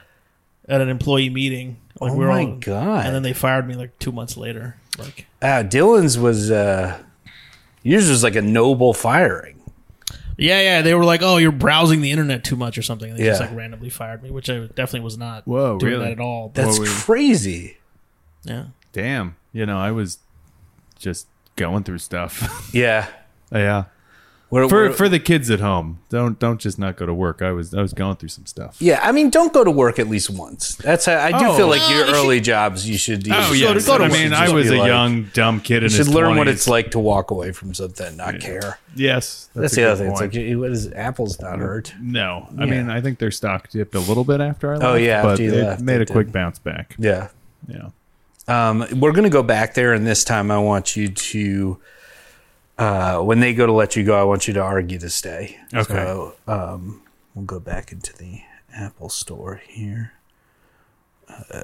at an employee meeting. Like
Oh
we were
my
all,
God.
And then they fired me like two months later. Like
Uh, Dylan's was. Uh, yours was like a noble firing.
Yeah, yeah. They were like, "Oh, you're browsing the internet too much or something." And they just
Yeah.
like randomly fired me, which I definitely was not
Whoa,
doing
really?
that at all. But,
That's
What we-
crazy.
yeah.
Damn. You know, I was just going through stuff.
Yeah.
yeah.
We're-
For
we're-
for the kids at home, don't don't just not go to work. I was I was going through some stuff.
yeah, I mean, don't go to work at least once. That's how, I do
Oh.
feel like
No,
your
you
early jobs. You should. You
Oh
should
yeah.
go to- go to
I
work.
mean,
You
I
should
was
be
a
like-
young dumb kid in
You
his
should learn what
20s.
it's like to walk away from something, and not care.
Yes,
That's,
a
the
good
other thing.
point.
It's like, what is Apple's not hurt?
no, I mean, I think their stock dipped a little bit after I left.
Oh, yeah,
but
after you
it
left,
made
it
a quick
did.
bounce back.
Yeah.
Yeah,
Um, we're going to go back there, and this time I want you to, uh, when they go to let you go, I want you to argue to stay.
Okay.
So, um, we'll go back into the Apple store here. Uh,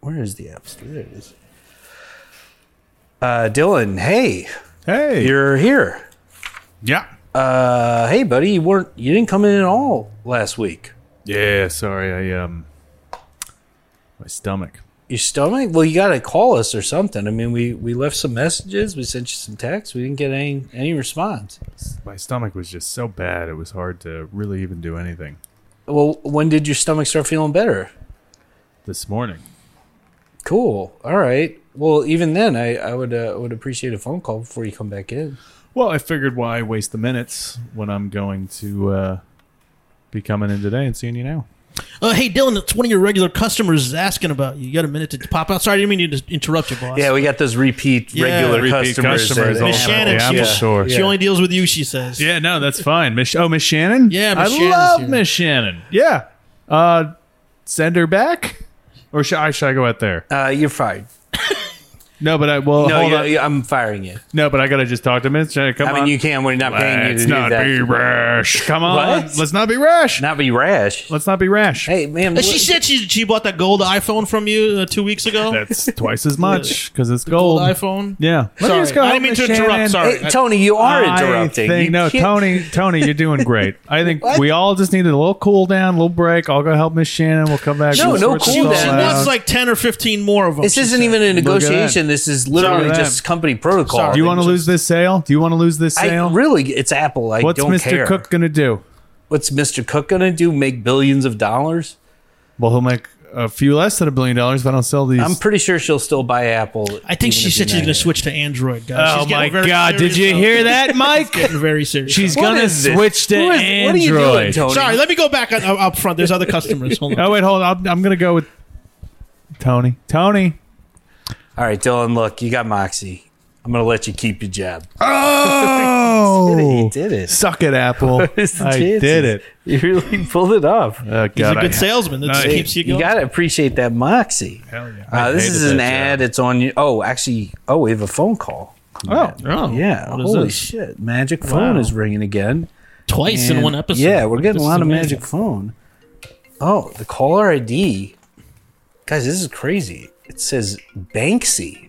where is the App Store? There it is. Uh, Dylan, hey,
hey,
you're here.
yeah,
Uh, hey, buddy, you weren't you didn't come in at all last week.
yeah. Sorry, I um, my stomach.
Your stomach? Well, you gotta call us or something. I mean, we we left some messages, we sent you some texts, we didn't get any any response.
My stomach was just so bad; it was hard to really even do anything
Well, when did your stomach start feeling better?
this morning.
Cool. All right. Well, even then, I I would uh, would appreciate a phone call before you come back in.
Well, I figured why waste the minutes when I'm going to uh, be coming in today and seeing you now.
Uh, hey, Dylan, it's one of your regular customers is asking about you. You got a minute to pop out? Sorry, I didn't mean to interrupt you, boss.
Yeah, we got those repeat
Yeah.
regular
regular
Repeat
customers.
customers all
Miss Shannon,
the
she
Apple
was-
Store.
She only deals with you, she says.
Yeah, no, that's fine. Miss, oh, Miss Shannon.
Yeah, Miss
I
Shannon's
love
here.
Miss Shannon. Yeah, uh, send her back, or should I should I go out there?
uh, you're fired.
No, but I well
No,
hold
you-
on.
you- I'm firing you.
No, but I gotta just talk to Miss Shannon. Come
I mean,
on,
you can. We're not paying you to
let's
do
not
that.
be rash. Come on,
What?
let's not be rash.
Not be rash.
Let's not be rash.
Hey, man.
Uh,
what-
She said she she bought that gold iPhone from you uh, two weeks ago.
That's twice as much because it's
gold
gold.
iPhone.
Yeah, Let me
Sorry,
just go
I
home,
didn't mean
Miss
to interrupt,
Shannon.
sorry.
Hey, Tony, you are
I
interrupting.
think-
You
no,
can't-
Tony, Tony, you're doing great. I think we all just needed a little cool down, a little break. I'll go help Miss Shannon. We'll come back.
No,
we'll
no
sort this
She, she
cool
all
down.
out.
wants like 10 or 15 more of them.
This
she
isn't
said.
even a
Look at that.
negotiation. This is literally
Look at
just
that.
company protocol.
Sorry.
Do you want to lose this sale? Do you want to lose this
I
sale?
really, it's Apple. I
What's
don't
Mr.
care.
Cook gonna do?
What's Mr. Cook gonna do? Make billions of dollars?
Well, he'll make a few less than a billion dollars if I don't sell these.
I'm pretty sure she'll still buy Apple.
I think she said she's going to switch to Android, guys.
oh
She's getting
my
very
god!
serious,
Did you
though.
hear that, Mike?
Getting very serious.
She's
What
gonna
is this?
switch to
Who is- what are you
Android.
doing, Tony?
Sorry, let me go back on, up front. There's other customers. Hold on.
oh wait, hold on. I'm, I'm gonna go with Tony. Tony.
All right, Dylan. Look, you got Moxie. I'm gonna let you keep your job.
Oh,
He did it.
Suck it, Apple. I
is the
did
chances?
it.
You really pulled it off.
Oh, God,
He's a
I-
good salesman. That
Nice.
keeps you going.
gotta appreciate that Moxie.
Hell yeah.
Uh,
I
this
hated
is an
that
ad. It's on you. Oh, actually. Oh, we have a phone call.
Oh,
Oh,
Yeah.
what is
Holy
this?
shit! Magic phone
Wow.
is ringing again.
Twice in
And-
one episode.
Yeah, we're getting
This
a
is
lot of
amazing.
Magic Phone. Oh, the caller ID. Guys, this is crazy. It says Banksy.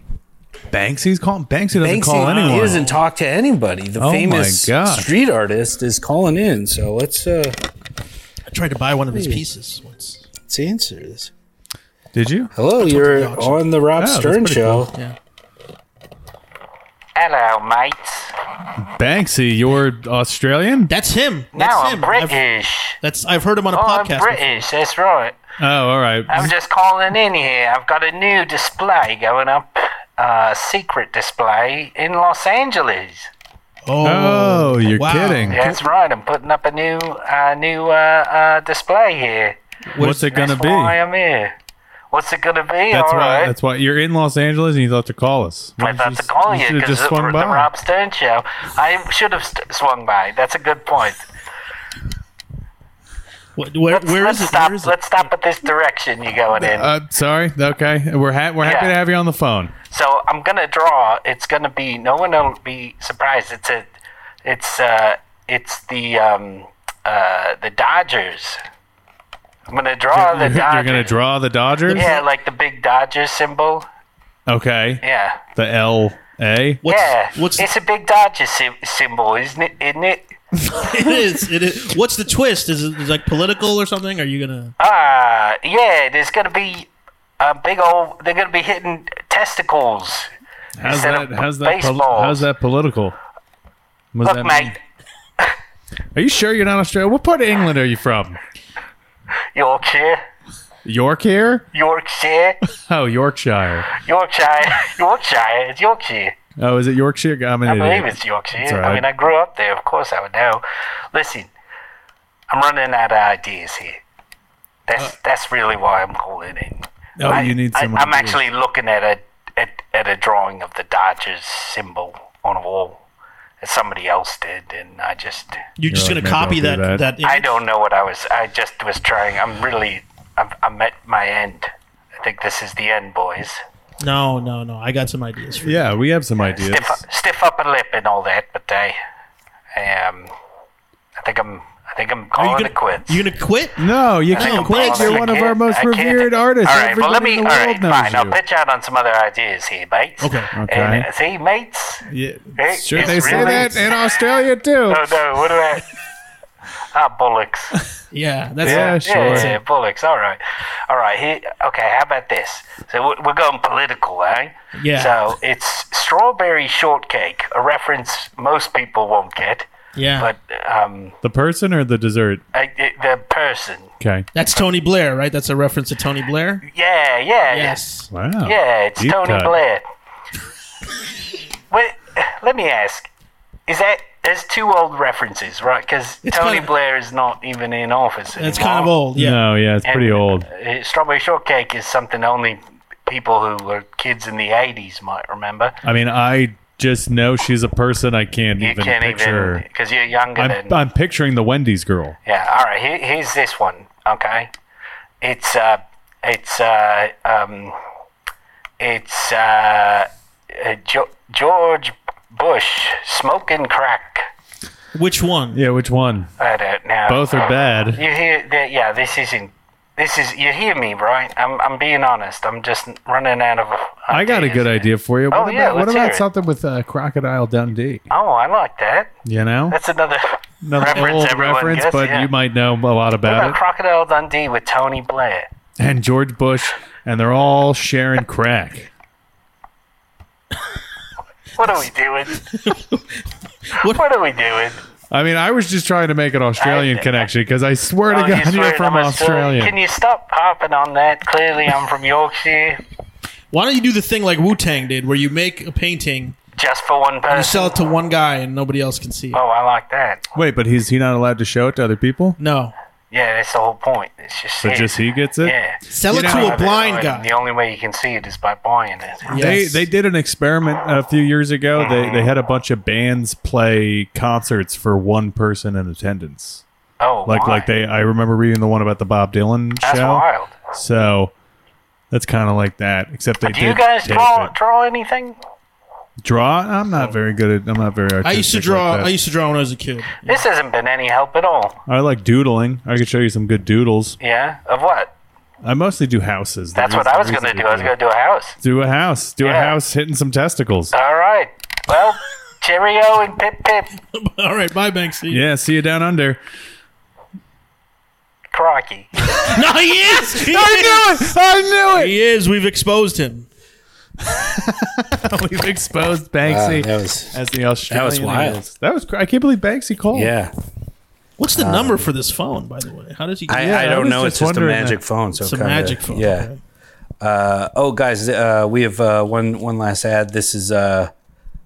Banksy's calling. Banksy doesn't
Banksy
call anyone.
he doesn't talk to anybody. The
Oh my
famous
God.
street artist is calling in. So let's uh
I tried to buy one of his pieces once.
let's answer this.
Did you?
Hello, you're on the Rob
that's
Stern
pretty
show.
Yeah.
Hello, mates.
Banksy, you're Australian.
That's him. That's
Now
him.
I'm
I've,
British.
that's I've heard him on a
Oh,
podcast.
I'm British. That's right.
Oh, all right.
I'm just calling in here. I've got a new display going up, uh, secret display in Los Angeles.
Oh, you're
wow.
kidding.
That's right. I'm putting up a new, uh, new uh, uh, display here.
What's it gonna
That's
be?
why I'm here. What's it gonna be?
That's
All
why.
right.
That's why you're in Los Angeles and you thought to call us.
I thought to call you
should have
because
just
the
swung by.
Rob Stern show. I should have st- swung by. That's a good point.
What, where,
Let's,
where
let's
is it?
stop.
Where is it?
Let's stop at this direction you're going in.
Uh, sorry. Okay, we're ha- we're happy
Yeah.
to have you on the phone.
So I'm gonna draw. It's gonna be no one will be surprised. It's a, it's uh, it's the um, uh, the Dodgers. I'm gonna draw the
You're,
Dodgers.
you're gonna draw the Dodgers.
Yeah, like the big Dodgers symbol.
Okay.
Yeah.
The L A.
What's,
yeah.
What's
it's a big Dodgers sy- symbol, isn't it? Isn't it?
it is it is. What's the twist? Is it is it like political or something? Are you gonna?
Ah, yeah. There's gonna be a big old. They're gonna be hitting testicles.
How's
instead
that?
of
How's that? pol-
baseballs.
how's that political? What does
Look,
that mean?
mate,
Are you sure you're not Australian? What part of England are you from?
Yorkshire,
York here?
Yorkshire,
Oh, Yorkshire.
Yorkshire, Yorkshire. It's Yorkshire.
Oh, is it Yorkshire? I'm an
I
idiot.
believe it's Yorkshire.
It's all
I
right.
mean, I grew up there. Of course, I would know. Listen, I'm running out of ideas here.
Uh,
That's that's really why I'm calling in.
Oh,
I,
you need
I,
someone.
I'm
to-
actually looking at a at, at a drawing of the Dodgers symbol on a wall that somebody else did, and I just
You're just
like,
going to
"Maybe I'll
copy
do
that.
that."
That,
I don't know what I was. I just was trying. I'm really. I'm, I'm at my end. I think this is the end, boys.
No, no, no. I got some ideas. For
Yeah, we have some ideas.
stiff, stiff upper lip and all that, but I, I um, I think I'm, I think I'm
Are
calling
you
it
gonna,
quits.
you gonna quit?
No, you
I
can't
think
quit.
I'm
You're
calling
one
it
of our
quits.
most
I can't-
revered artists.
All right, well, let
Everybody
me.
in
All
the world
right,
knows
fine. I'll
you.
pitch out on some other ideas here, mates.
Okay.
Okay.
And, uh, see, mates.
Yeah,
Hey,
sure,
it's
they say
really-
that in Australia too.
Oh no, what do I? Ah, bullocks.
Yeah, that's
Yeah,
it.
Yeah,
sure.
yeah, bullocks. All right, all right. Here, okay. How about this? So we're- we're going political, eh?
Yeah.
So it's strawberry shortcake, a reference most people won't get,
yeah.
but um,
The person or the dessert?
I, I- the person.
Okay.
that's Tony Blair, right? That's a reference to Tony Blair.
Yeah, yeah,
Yes.
Wow.
yeah. Yeah, it's
Oh, Deep
Tony
cut.
Blair. Wait, let me ask: Is that there's two old references, right? Because
It's
Tony
kinda-
Blair is not even in office anymore.
That's kind of old. Yeah.
No, yeah, it's
And,
pretty old.
uh, Strawberry shortcake is something only people who were kids in the '80s might remember.
I mean, I just know she's a person I can't
You
even
can't
picture.
even because you're younger
I'm,
than.
I'm picturing the Wendy's girl.
Yeah. All right. Here, here's this one. Okay. It's uh, it's uh, um, it's uh, uh jo- George Bush smoking crack.
Which one?
Yeah, which one?
I don't know.
Both are bad.
You hear that? Yeah. This isn't. This is. You hear me, right? I'm. I'm being honest. I'm just running out of.
I got a
ideas
good
here.
idea for you.
Oh,
what
yeah,
about, what
let's hear
about
it.
something with uh, Crocodile Dundee?
Oh, I like that.
You know,
That's another
another
reference
old
everyone
reference,
gets,
but
yeah.
you might know a lot
What
about
about
it.
Crocodile Dundee with Tony Blair.
And George Bush, and they're all sharing crack.
What are we doing?
What-
what are we doing?
I mean, I was just trying to make an Australian
I-
connection because I swear to
Oh,
God,
swear
you're
to
from
God,
Australia.
Can you stop harping on that? Clearly, I'm from Yorkshire.
Why don't you do the thing like Wu Tang did, where you make a painting,
Just for one
you
person.
sell it to one guy, and nobody else can see it?
Oh, I like that.
Wait, but is he not allowed to show it to other people?
No,
Yeah, that's the whole point. It's just
So
it.
just he gets it.
Yeah.
sell
You
it
know-
to
Oh,
a blind guy.
The only way you can see it is by buying it.
They
Yes.
they did an experiment a few years ago. They they had a bunch of bands play concerts for one person in attendance.
Oh,
Like
my.
like they I remember reading the one about the Bob Dylan
That's
show.
wild.
So that's kind of like that, except they
Do
did
you guys
tape
draw Oh.
it.
draw anything?
Draw? I'm not very good at. I'm not very. Artistic
I used to draw.
Like that.
I used to draw when I was a kid.
This hasn't been any help at all.
I like doodling. I could show you some good doodles.
Yeah. Of what?
I mostly do houses.
That's
The
what
reason-
I was
the
going to
reason
do. I was
that.
going to do a house.
do a house. Do a
Yeah.
house hitting some testicles.
All right. Well, cheerio and pip pip.
All right, bye, Banksy.
Yeah, see you down under.
Crikey.
No, he is. He
I
is.
knew it. I knew it.
He is. We've exposed him.
We've exposed Banksy.
that was
as the Australian.
That was wild.
is. That was. cra- I can't believe Banksy
Oh,
called.
yeah.
What's the number for this phone, by the way? How does he?
I,
Yeah,
I
Um, I
don't
was
know.
just
It's just a
wondering
magic
that.
phone. So
it's a
kinda-
magic phone.
Yeah.
Okay.
Uh, oh, guys, uh, we have uh, one one last ad. This is uh,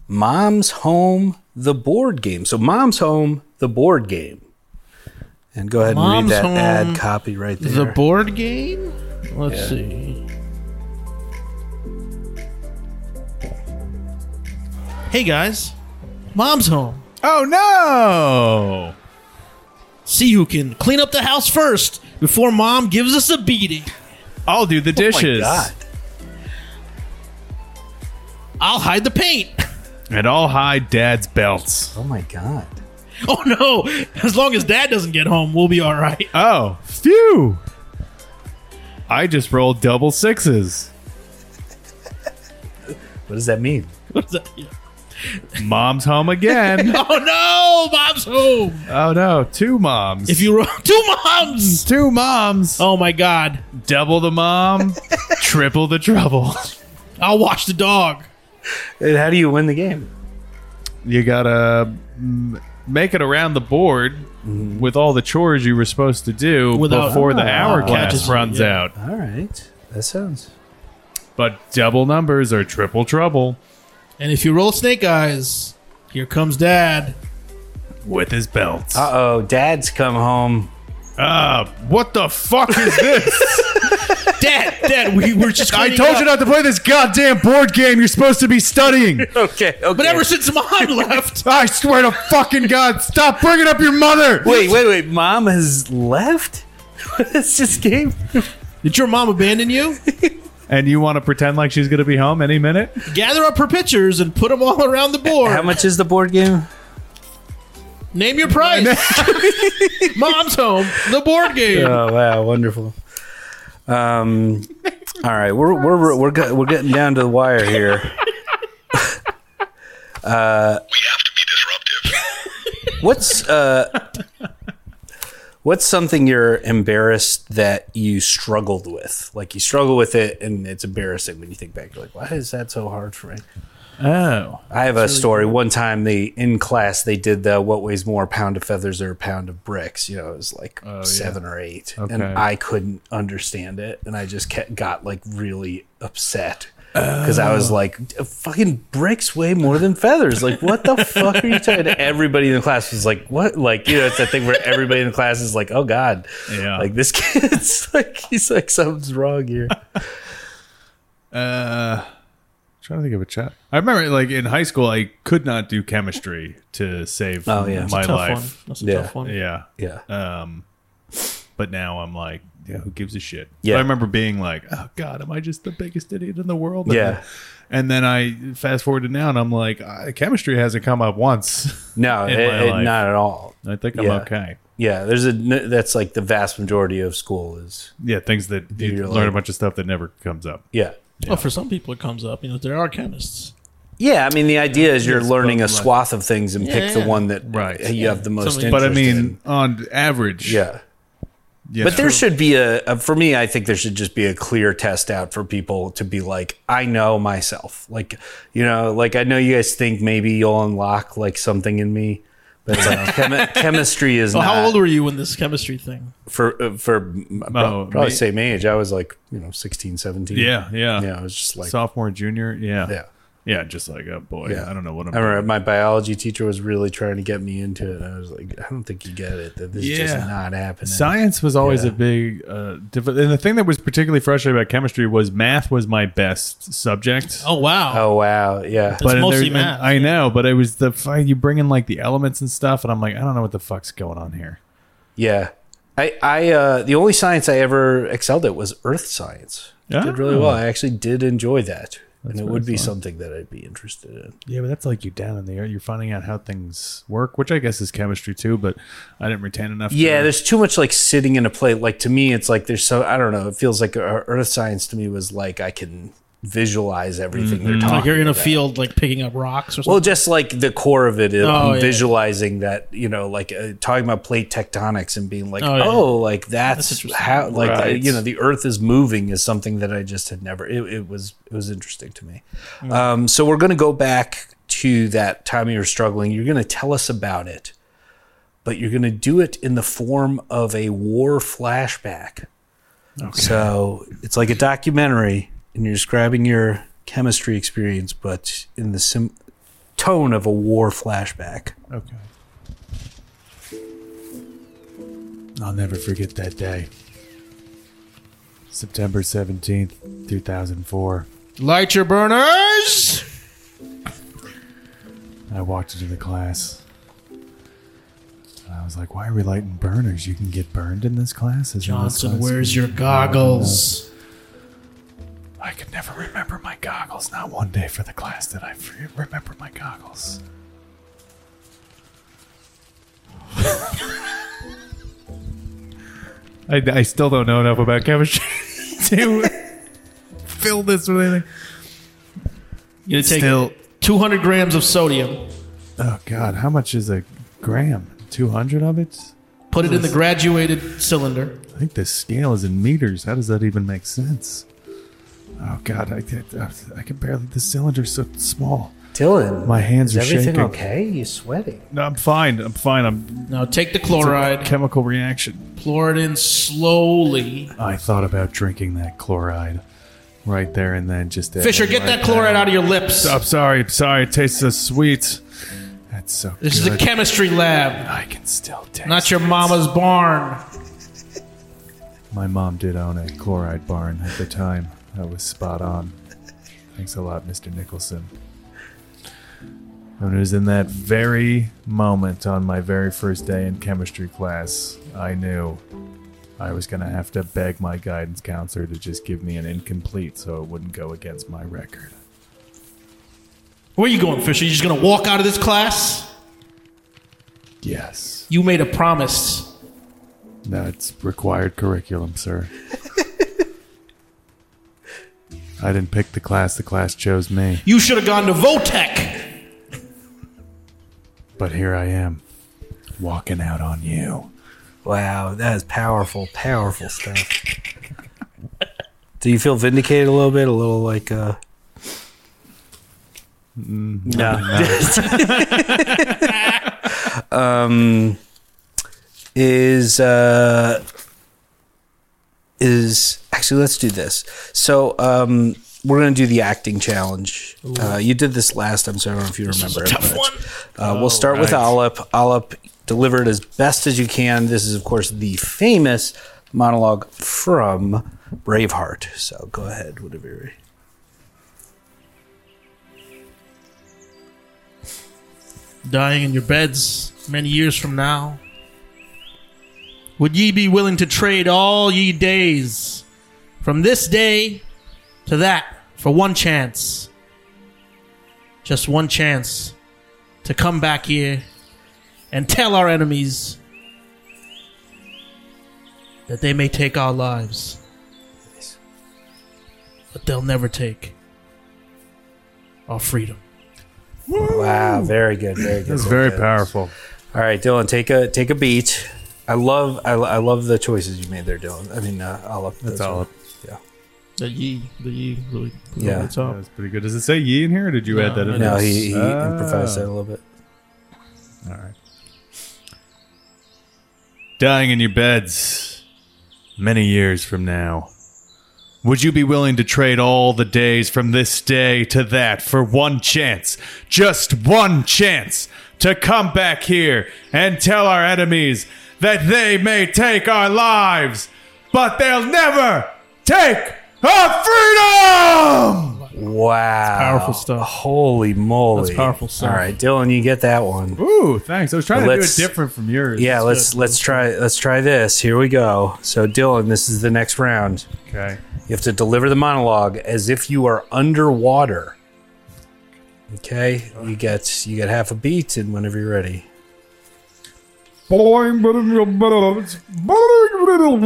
Mom's Home, the board game. So Mom's Home, the board game. And go ahead and read
Mom's
that
Home,
ad copy right there.
The board game. Let's see. Hey guys, mom's home.
Oh no!
See who can clean up the house first before mom gives us a beating.
I'll do the
Oh my
dishes,
God.
I'll hide the paint.
and I'll hide Dad's belts.
Oh my God.
Oh no! As long as dad doesn't get home, we'll be all right.
Oh, phew! I just rolled double sixes.
What does that mean?
What is that? Yeah.
Mom's home again.
Oh no! Mom's home.
oh no, two moms.
If you roll two moms.
two moms,
Oh my god!
double the mom, triple the trouble.
I'll watch the dog.
And how do you win the game?
you gotta mm, make it around the board with all the chores you were supposed to do
Without-
before the
Mm-hmm. Ah.
hour
Catches
cast
you,
runs
yeah.
out.
All right. That sounds.
But double numbers are triple trouble
And if you roll snake eyes, here comes dad.
with his belt.
Uh oh, dad's come home.
Uh, what the fuck is this?
Dad, dad, we were just.
I
cleaning
told
up.
you not to play this goddamn board game you're supposed to be studying.
Okay. okay.
But ever since mom left,
I swear to fucking God, stop bringing up your mother.
Wait, wait, wait. Mom has left? What's this game?
did your mom abandon you?
And you want to pretend like she's going to be home any minute?
Gather up her pictures and put them all around the board.
How much is the board game?
Name your price. Mom's home. The board game.
Oh wow, wonderful. Um, all right, we're we're we're we're, get, we're getting down to the wire here. Uh,
We have to be disruptive.
What's uh, what's something you're embarrassed that you struggled with? Like you struggle with it, and it's embarrassing when you think back. You're like, why is that so hard for me?
Oh.
I have a story. One time, they in class they did the what weighs more, pound of feathers or a pound of bricks. You know, it was like
Oh, yeah.
seven or eight, and
Okay.
I couldn't understand it, and I just kept, got like really upset
Oh.
because I was like, "Fucking bricks weigh more than feathers! Like, what the fuck are you talking?" to? Everybody in the class was like, "What?" Like, you know, it's that thing where everybody in the class is like, "Oh God!"
Yeah.
Like this kid's like he's like something's wrong here.
trying to think of a chat. I remember, like, in high school, I could not do chemistry to save
Oh, yeah.
my
tough
life.
one. That's a
Yeah.
tough one.
Yeah.
Yeah.
Um, but now I'm like, yeah, who gives a shit?
Yeah.
But I remember being like, oh God, am I just the biggest idiot in the world? And
Yeah.
then- And then I fast forward to now, and I'm like, uh, chemistry hasn't come up once.
No,
In
it-
my
it-
life.
not at all.
I think I'm
Yeah.
okay.
Yeah, there's a that's like the vast majority of school is
Yeah, things that you
You're
learn a
like-
bunch of stuff that never comes up.
yeah.
Well, for some people it comes up. You know, there are chemists.
Yeah, I mean the idea is you're
Yes,
learning a
but like-
swath of things and pick the
yeah.
one that
Right.
you have the most
Something-
interest
But I mean,
in.
on average,
yeah.
you
But
know.
there should be a, a for me I think there should just be a clear test out for people to be like I know myself. Like, you know, like I know you guys think maybe you'll unlock like something in me. But it's like chemi- chemistry is
Well,
not
how old were you when this chemistry thing?
for uh, for m-
Oh,
probably
me-
same age. I was like, you know, 16, 17.
Yeah, yeah.
Yeah, I was just like
Sophomore, junior. Yeah.
yeah.
Yeah, just like, oh boy,
Yeah.
I don't know what I'm
I
doing.
remember my biology teacher was really trying to get me into it. And I was like, I don't think you get it. That this is just
Yeah.
not happening.
Science was always
Yeah.
a big, uh, diff- and the thing that was particularly frustrating about chemistry was math was my best subject.
Oh wow.
oh wow, yeah,
It's
in
mostly
and
math.
I know, but it was the fi- you bring in like the elements and stuff, and I'm like, I don't know what the fuck's going on here.
yeah. I, I, uh, the only science I ever excelled at was earth science. I did really
Oh.
well. I actually did enjoy that, and it would
really
be
fun.
something that I'd be interested in.
Yeah, but that's like you down in the air. You're finding out how things work, which I guess is chemistry too. But I didn't retain enough. to-
Yeah, there's too much like sitting in a plate. Like to me, it's like there's so I don't know. It feels like uh, earth science to me was like I can visualize everything they're
Mm-hmm.
talking.
Like you're in a
about.
field like picking up rocks or something.
Well, just like the core of it,
Oh,
I'm
yeah.
visualizing that you know, like uh, talking about plate tectonics and being like,
Oh,
oh,
yeah.
like that's,
That's interesting.
how, like uh,
Right.
you know, the Earth is moving is something that I just had never. It, it was it was interesting to me. Um, so we're gonna go back to that time you were struggling. You're gonna tell us about it, but you're gonna do it in the form of a war flashback. So it's like a documentary, and you're describing your chemistry experience, but in the sim- tone of a war flashback.
Okay. I'll never forget that day. September 17th, 2004.
Light your burners.
I walked into the class. And I was like, why are we lighting burners? You can get burned in this class? Isn't this
Johnson,
class-
where's your goggles?
I could never remember my goggles. Not one day for the class did I f- remember my goggles. I, I still don't know enough about chemistry to fill this with anything.
You're gonna take
Still,
200 grams of sodium.
oh god, how much is a gram? 200 of it?
Put it in the graduated cylinder.
I think the scale is in meters. How does that even make sense? Oh god, I, I, I can barely. The cylinder's so small.
Dylan,
My hands
is
are
everything
shaking.
okay? You sweating?
No, I'm fine. I'm fine. I'm
Now take the chloride,
chemical reaction.
pour it in slowly.
I thought about drinking that chloride right there and then just
Fisher, get that chloride out of your lips.
I'm sorry. I'm sorry. It tastes so sweet. That's so
This is
good.
a chemistry lab,
I can still taste.
not your mama's barn.
My mom did own a chloride barn at the time. That was spot on. Thanks a lot, Mr. Nicholson. And it was in that very moment on my very first day in chemistry class, I knew I was going to have to beg my guidance counselor to just give me an incomplete so it wouldn't go against my record.
Where you going, Fisher? You just gonna walk out of this class?
Yes.
You made a promise.
That's required curriculum, sir. I didn't pick the class, the class chose me.
You should have gone to Votech.
But here I am, walking out on you.
Wow, that is powerful, powerful stuff. Do you feel vindicated a little bit? A little like uh no. um is uh is actually let's do this. So um we're gonna do the acting challenge. Uh, you did this last time, so I don't know if you remember. it,
tough
but-
one.
uh, we'll start with Alep. Alep, deliver it as best as you can. This is, of course, the famous monologue from Braveheart. So go ahead, whatever you're ready.
dying in your beds many years from now? Would ye be willing to trade all ye days from this day to that for one chance? Just one chance to come back here and tell our enemies that they may take our lives, but they'll never take our freedom.
Wow, very good, very good.
That's very powerful.
All right, Dylan, take a take a beat. I love I, I love the choices you made there, Dylan. I mean, uh, Alep. That's
Alep.
Yeah.
The ye, the ye really put
Yeah.
over the top.
That's pretty good. Does it say ye in here, or did you add that in?
No, he, he
Ah.
improvised that a little bit.
All right. Dying in your beds many years from now. Would you be willing to trade all the days from this day to that for one chance? Just one chance to come back here and tell our enemies that they may take our lives, but they'll never take our freedom!
Wow,
powerful stuff.
Holy moly,
That's powerful stuff.
All right, Dylan, you get that one.
Ooh, thanks. I was trying
to do it Let's- different
from yours.
Yeah, let's let's try let's try this. Here we go. So Dylan, this is the next round.
Okay.
You have to deliver the monologue as if you are underwater. Okay? You get you get half a beat and whenever you're ready.
Hello,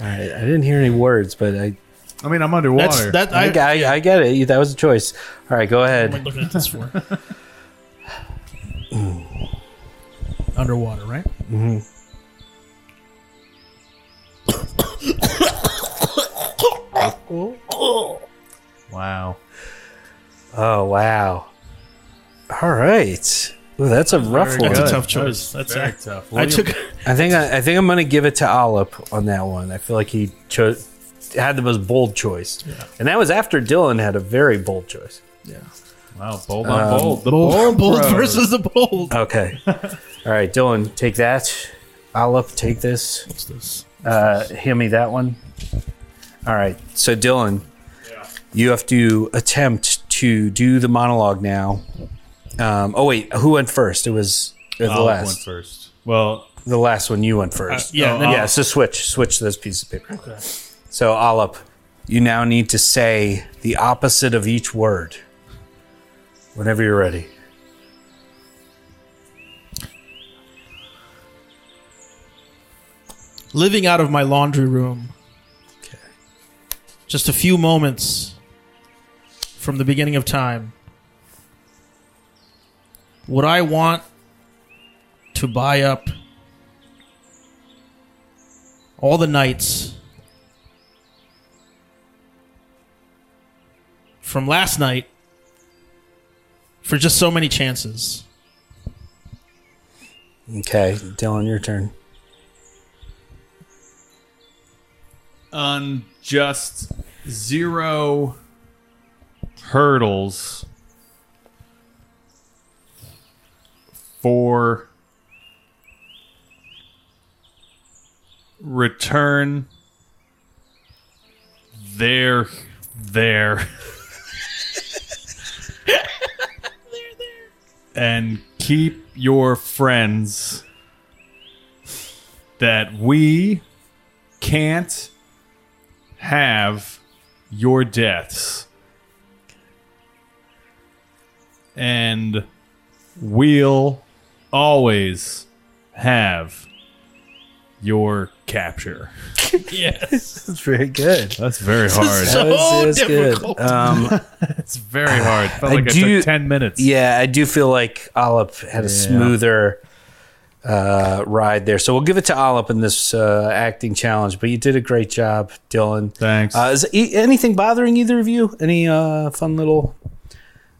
All right. I didn't hear any words, but I
I mean, I'm underwater.
That's that.
I, think I, I get it. You- That was a choice. All right, go
What am I
ahead.
looking at this for? Underwater, right?
wow.
Oh, wow. All right. Ooh, that's a rough one.
That's
good.
a tough choice. That's
very
a,
tough.
I took.
I think I, I think I'm going to give it to Olip on that one. I feel like he chose had the most bold choice. And that was after Dylan had a very bold choice.
Wow, bold on bold. The
Um, Bold, bold
bros.
versus the bold.
Okay. All right, Dylan, take that. Aleph, take this.
What's this?
Uh, hand me that one. All right. So, Dylan, you have to attempt to do the monologue now. Um, oh wait, who went first? It was uh, the
Olive
last.
went first. Well,
The last one you went first.
yeah,
Oh,
then-
yeah. So switch, switch those pieces of paper. Okay. So Aleph, you now need to say the opposite of each word. Whenever you're ready.
Living out of my laundry room just a few moments from the beginning of time, would I want to buy up all the nights from last night for just so many chances?
Okay, Dylan, your turn.
on just zero hurdles for return there there and keep your friends that we can't have your deaths. And we'll always have your capture.
That's very good.
That's very hard.
That was, that was
Oh, difficult.
good. Um,
It's very hard. Felt
I
like I
do-
took 10 minutes.
yeah, I do feel like Olip had a smoother uh, ride there. So we'll give it to Olip in this uh, acting challenge, but you did a great job, Dylan.
Thanks.
Uh, is e- anything bothering either of you? Any uh, fun little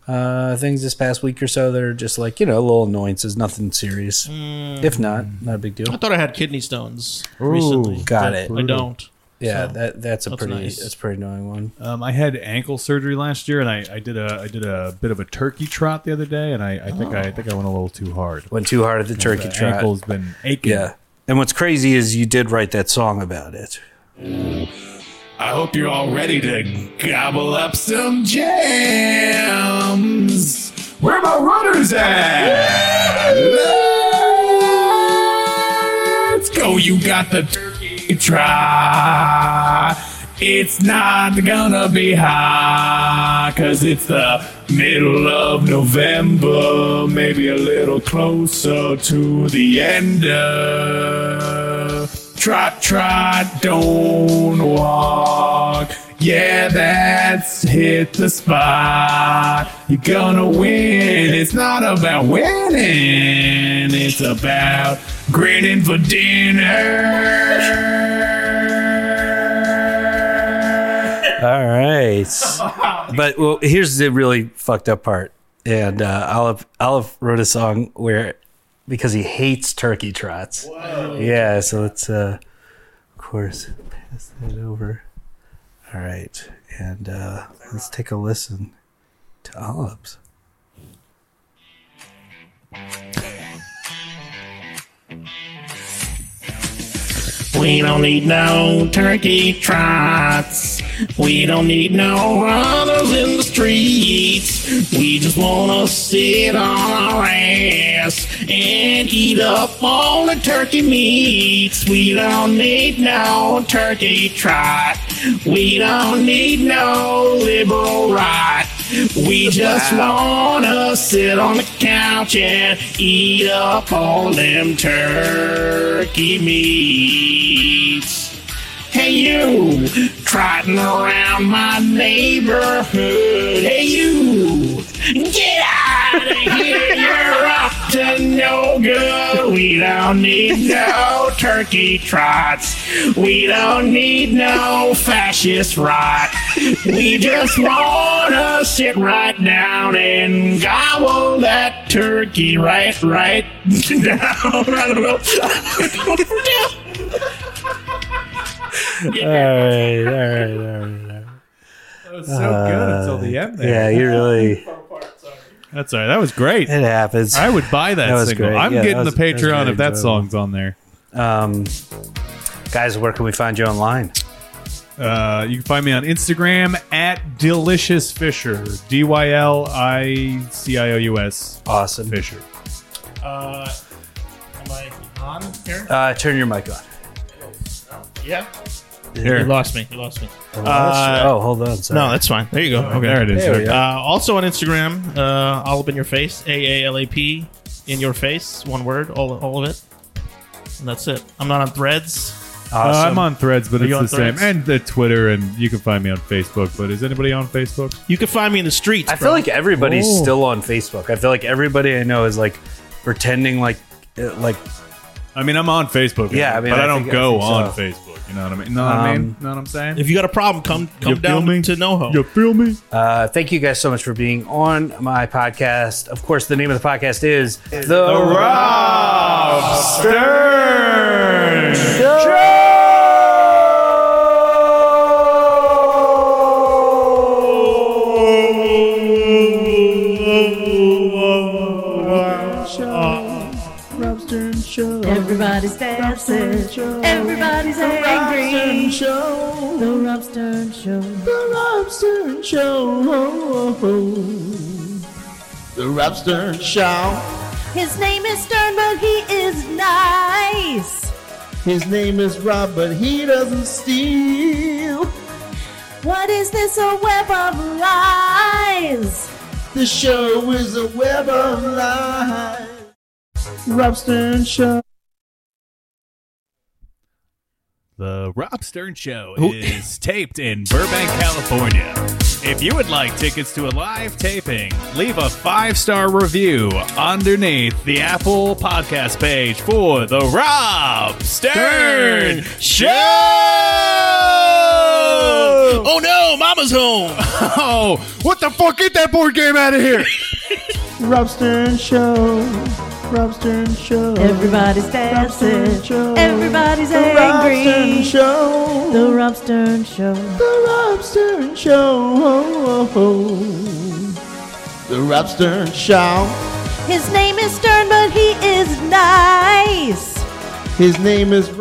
uh, things this past week or so that are just like, you know, little annoyances, nothing serious? If not, not a big deal.
I thought I had kidney stones recently.
got
but
it.
I don't.
Yeah,
So,
that that's a
that's
pretty
nice.
that's a pretty annoying one.
Um, I had ankle surgery last year, and I, I did a I did a bit of a turkey trot the other day, and I, I think I, I think I went a little too hard.
Went too hard at the Oh. turkey
The
trot.
ankle's been aching.
Yeah. And what's crazy is you did write that song about it.
I hope you're all ready to gobble up some jams. Where are my runners at? Let's go. You got the turkey try. It's not gonna be high, cause it's the middle of November, maybe a little closer to the end of. Trot, trot, don't walk. Yeah, that's hit the spot. You're gonna win. It's not about winning, it's about grinning for dinner.
All right. but well, here's the really fucked up part. And uh, Olive Olive wrote a song where because he hates turkey trots. Yeah, so let's uh, of course pass that over. All right, and uh, let's take a listen to Olive's.
We don't need no turkey trots. We don't need no runners in the streets. We just wanna sit on our ass and eat up all the turkey meats. We don't need no turkey trot. We don't need no liberal right. We just wanna sit on the couch and eat up all them turkey meats. Hey you, trotting around my neighborhood. Hey you, get out of here. You're up to no good. We don't need no turkey trots. We don't need no fascist rot. We just wanna sit right down and gobble that turkey right, right down. I don't know.
All right, all right, all right.
was so good until the end
Uh, Yeah, you really.
That's all right. That was great.
It happens.
I would buy that,
That was
single.
great.
I'm
Yeah, that
getting
was-
the
that was
Patreon
very
if that
enjoyable.
song's on there.
Um, guys, where can we find you online?
Uh, you can find me on Instagram at Delicious Fisher. D Y L I C I O U S
Awesome.
Fisher.
Uh, am I on here?
Uh, turn your mic on. Uh,
Yeah. You
Here.
lost me. You lost me.
oh, hold on. Sorry.
No, that's fine. There you go. Okay.
There it is.
There we
Okay.
go.
Uh, also on Instagram, uh, all up in your face, A A L A P, in your face, one word, all all of it, and that's it. I'm not on Threads.
Awesome.
Uh, I'm on Threads, but
you
it's
on
the same,
Threads?
and the Twitter, and you can find me on Facebook. But is anybody on Facebook?
You can find me in the streets.
I feel like everybody's still on Facebook. I feel like everybody I know is like pretending like uh, like
I mean, I'm on Facebook,
Yeah, I mean,
but
I
I don't
think- I
go
think so. Um,
on Facebook. You know what I mean? Know what I mean? Know what I'm saying?
if you got a problem, come come
feel
down
me?
to NoHo.
you feel me?
Uh, thank you guys so much for being on my podcast. Of course, the name of the podcast is The,
Rob Stern
oh.
Everybody's dancing. Everybody's angry. The Rob Stern Show. The Rob Stern Show.
The Rob Stern Show.
His name is Stern, but he is nice.
His name is Rob, but he doesn't steal.
What is this? A web of lies.
The show is a web of lies. Rob Stern Show.
The Rob Stern Show is taped in Burbank, California. If you would like tickets to a live taping, leave a five star review underneath the Apple podcast page for The Rob Stern Show! Oh no, Mama's home! Oh, what the fuck? Get that board game out of here!
Rob Stern Show. Rob Stern Show.
Everybody's dancing. Everybody's angry.
Show.
The Rob Stern Show.
The Rob Stern Show. The Rob Stern Show.
His name is Stern, but he is nice.
His name is Rob.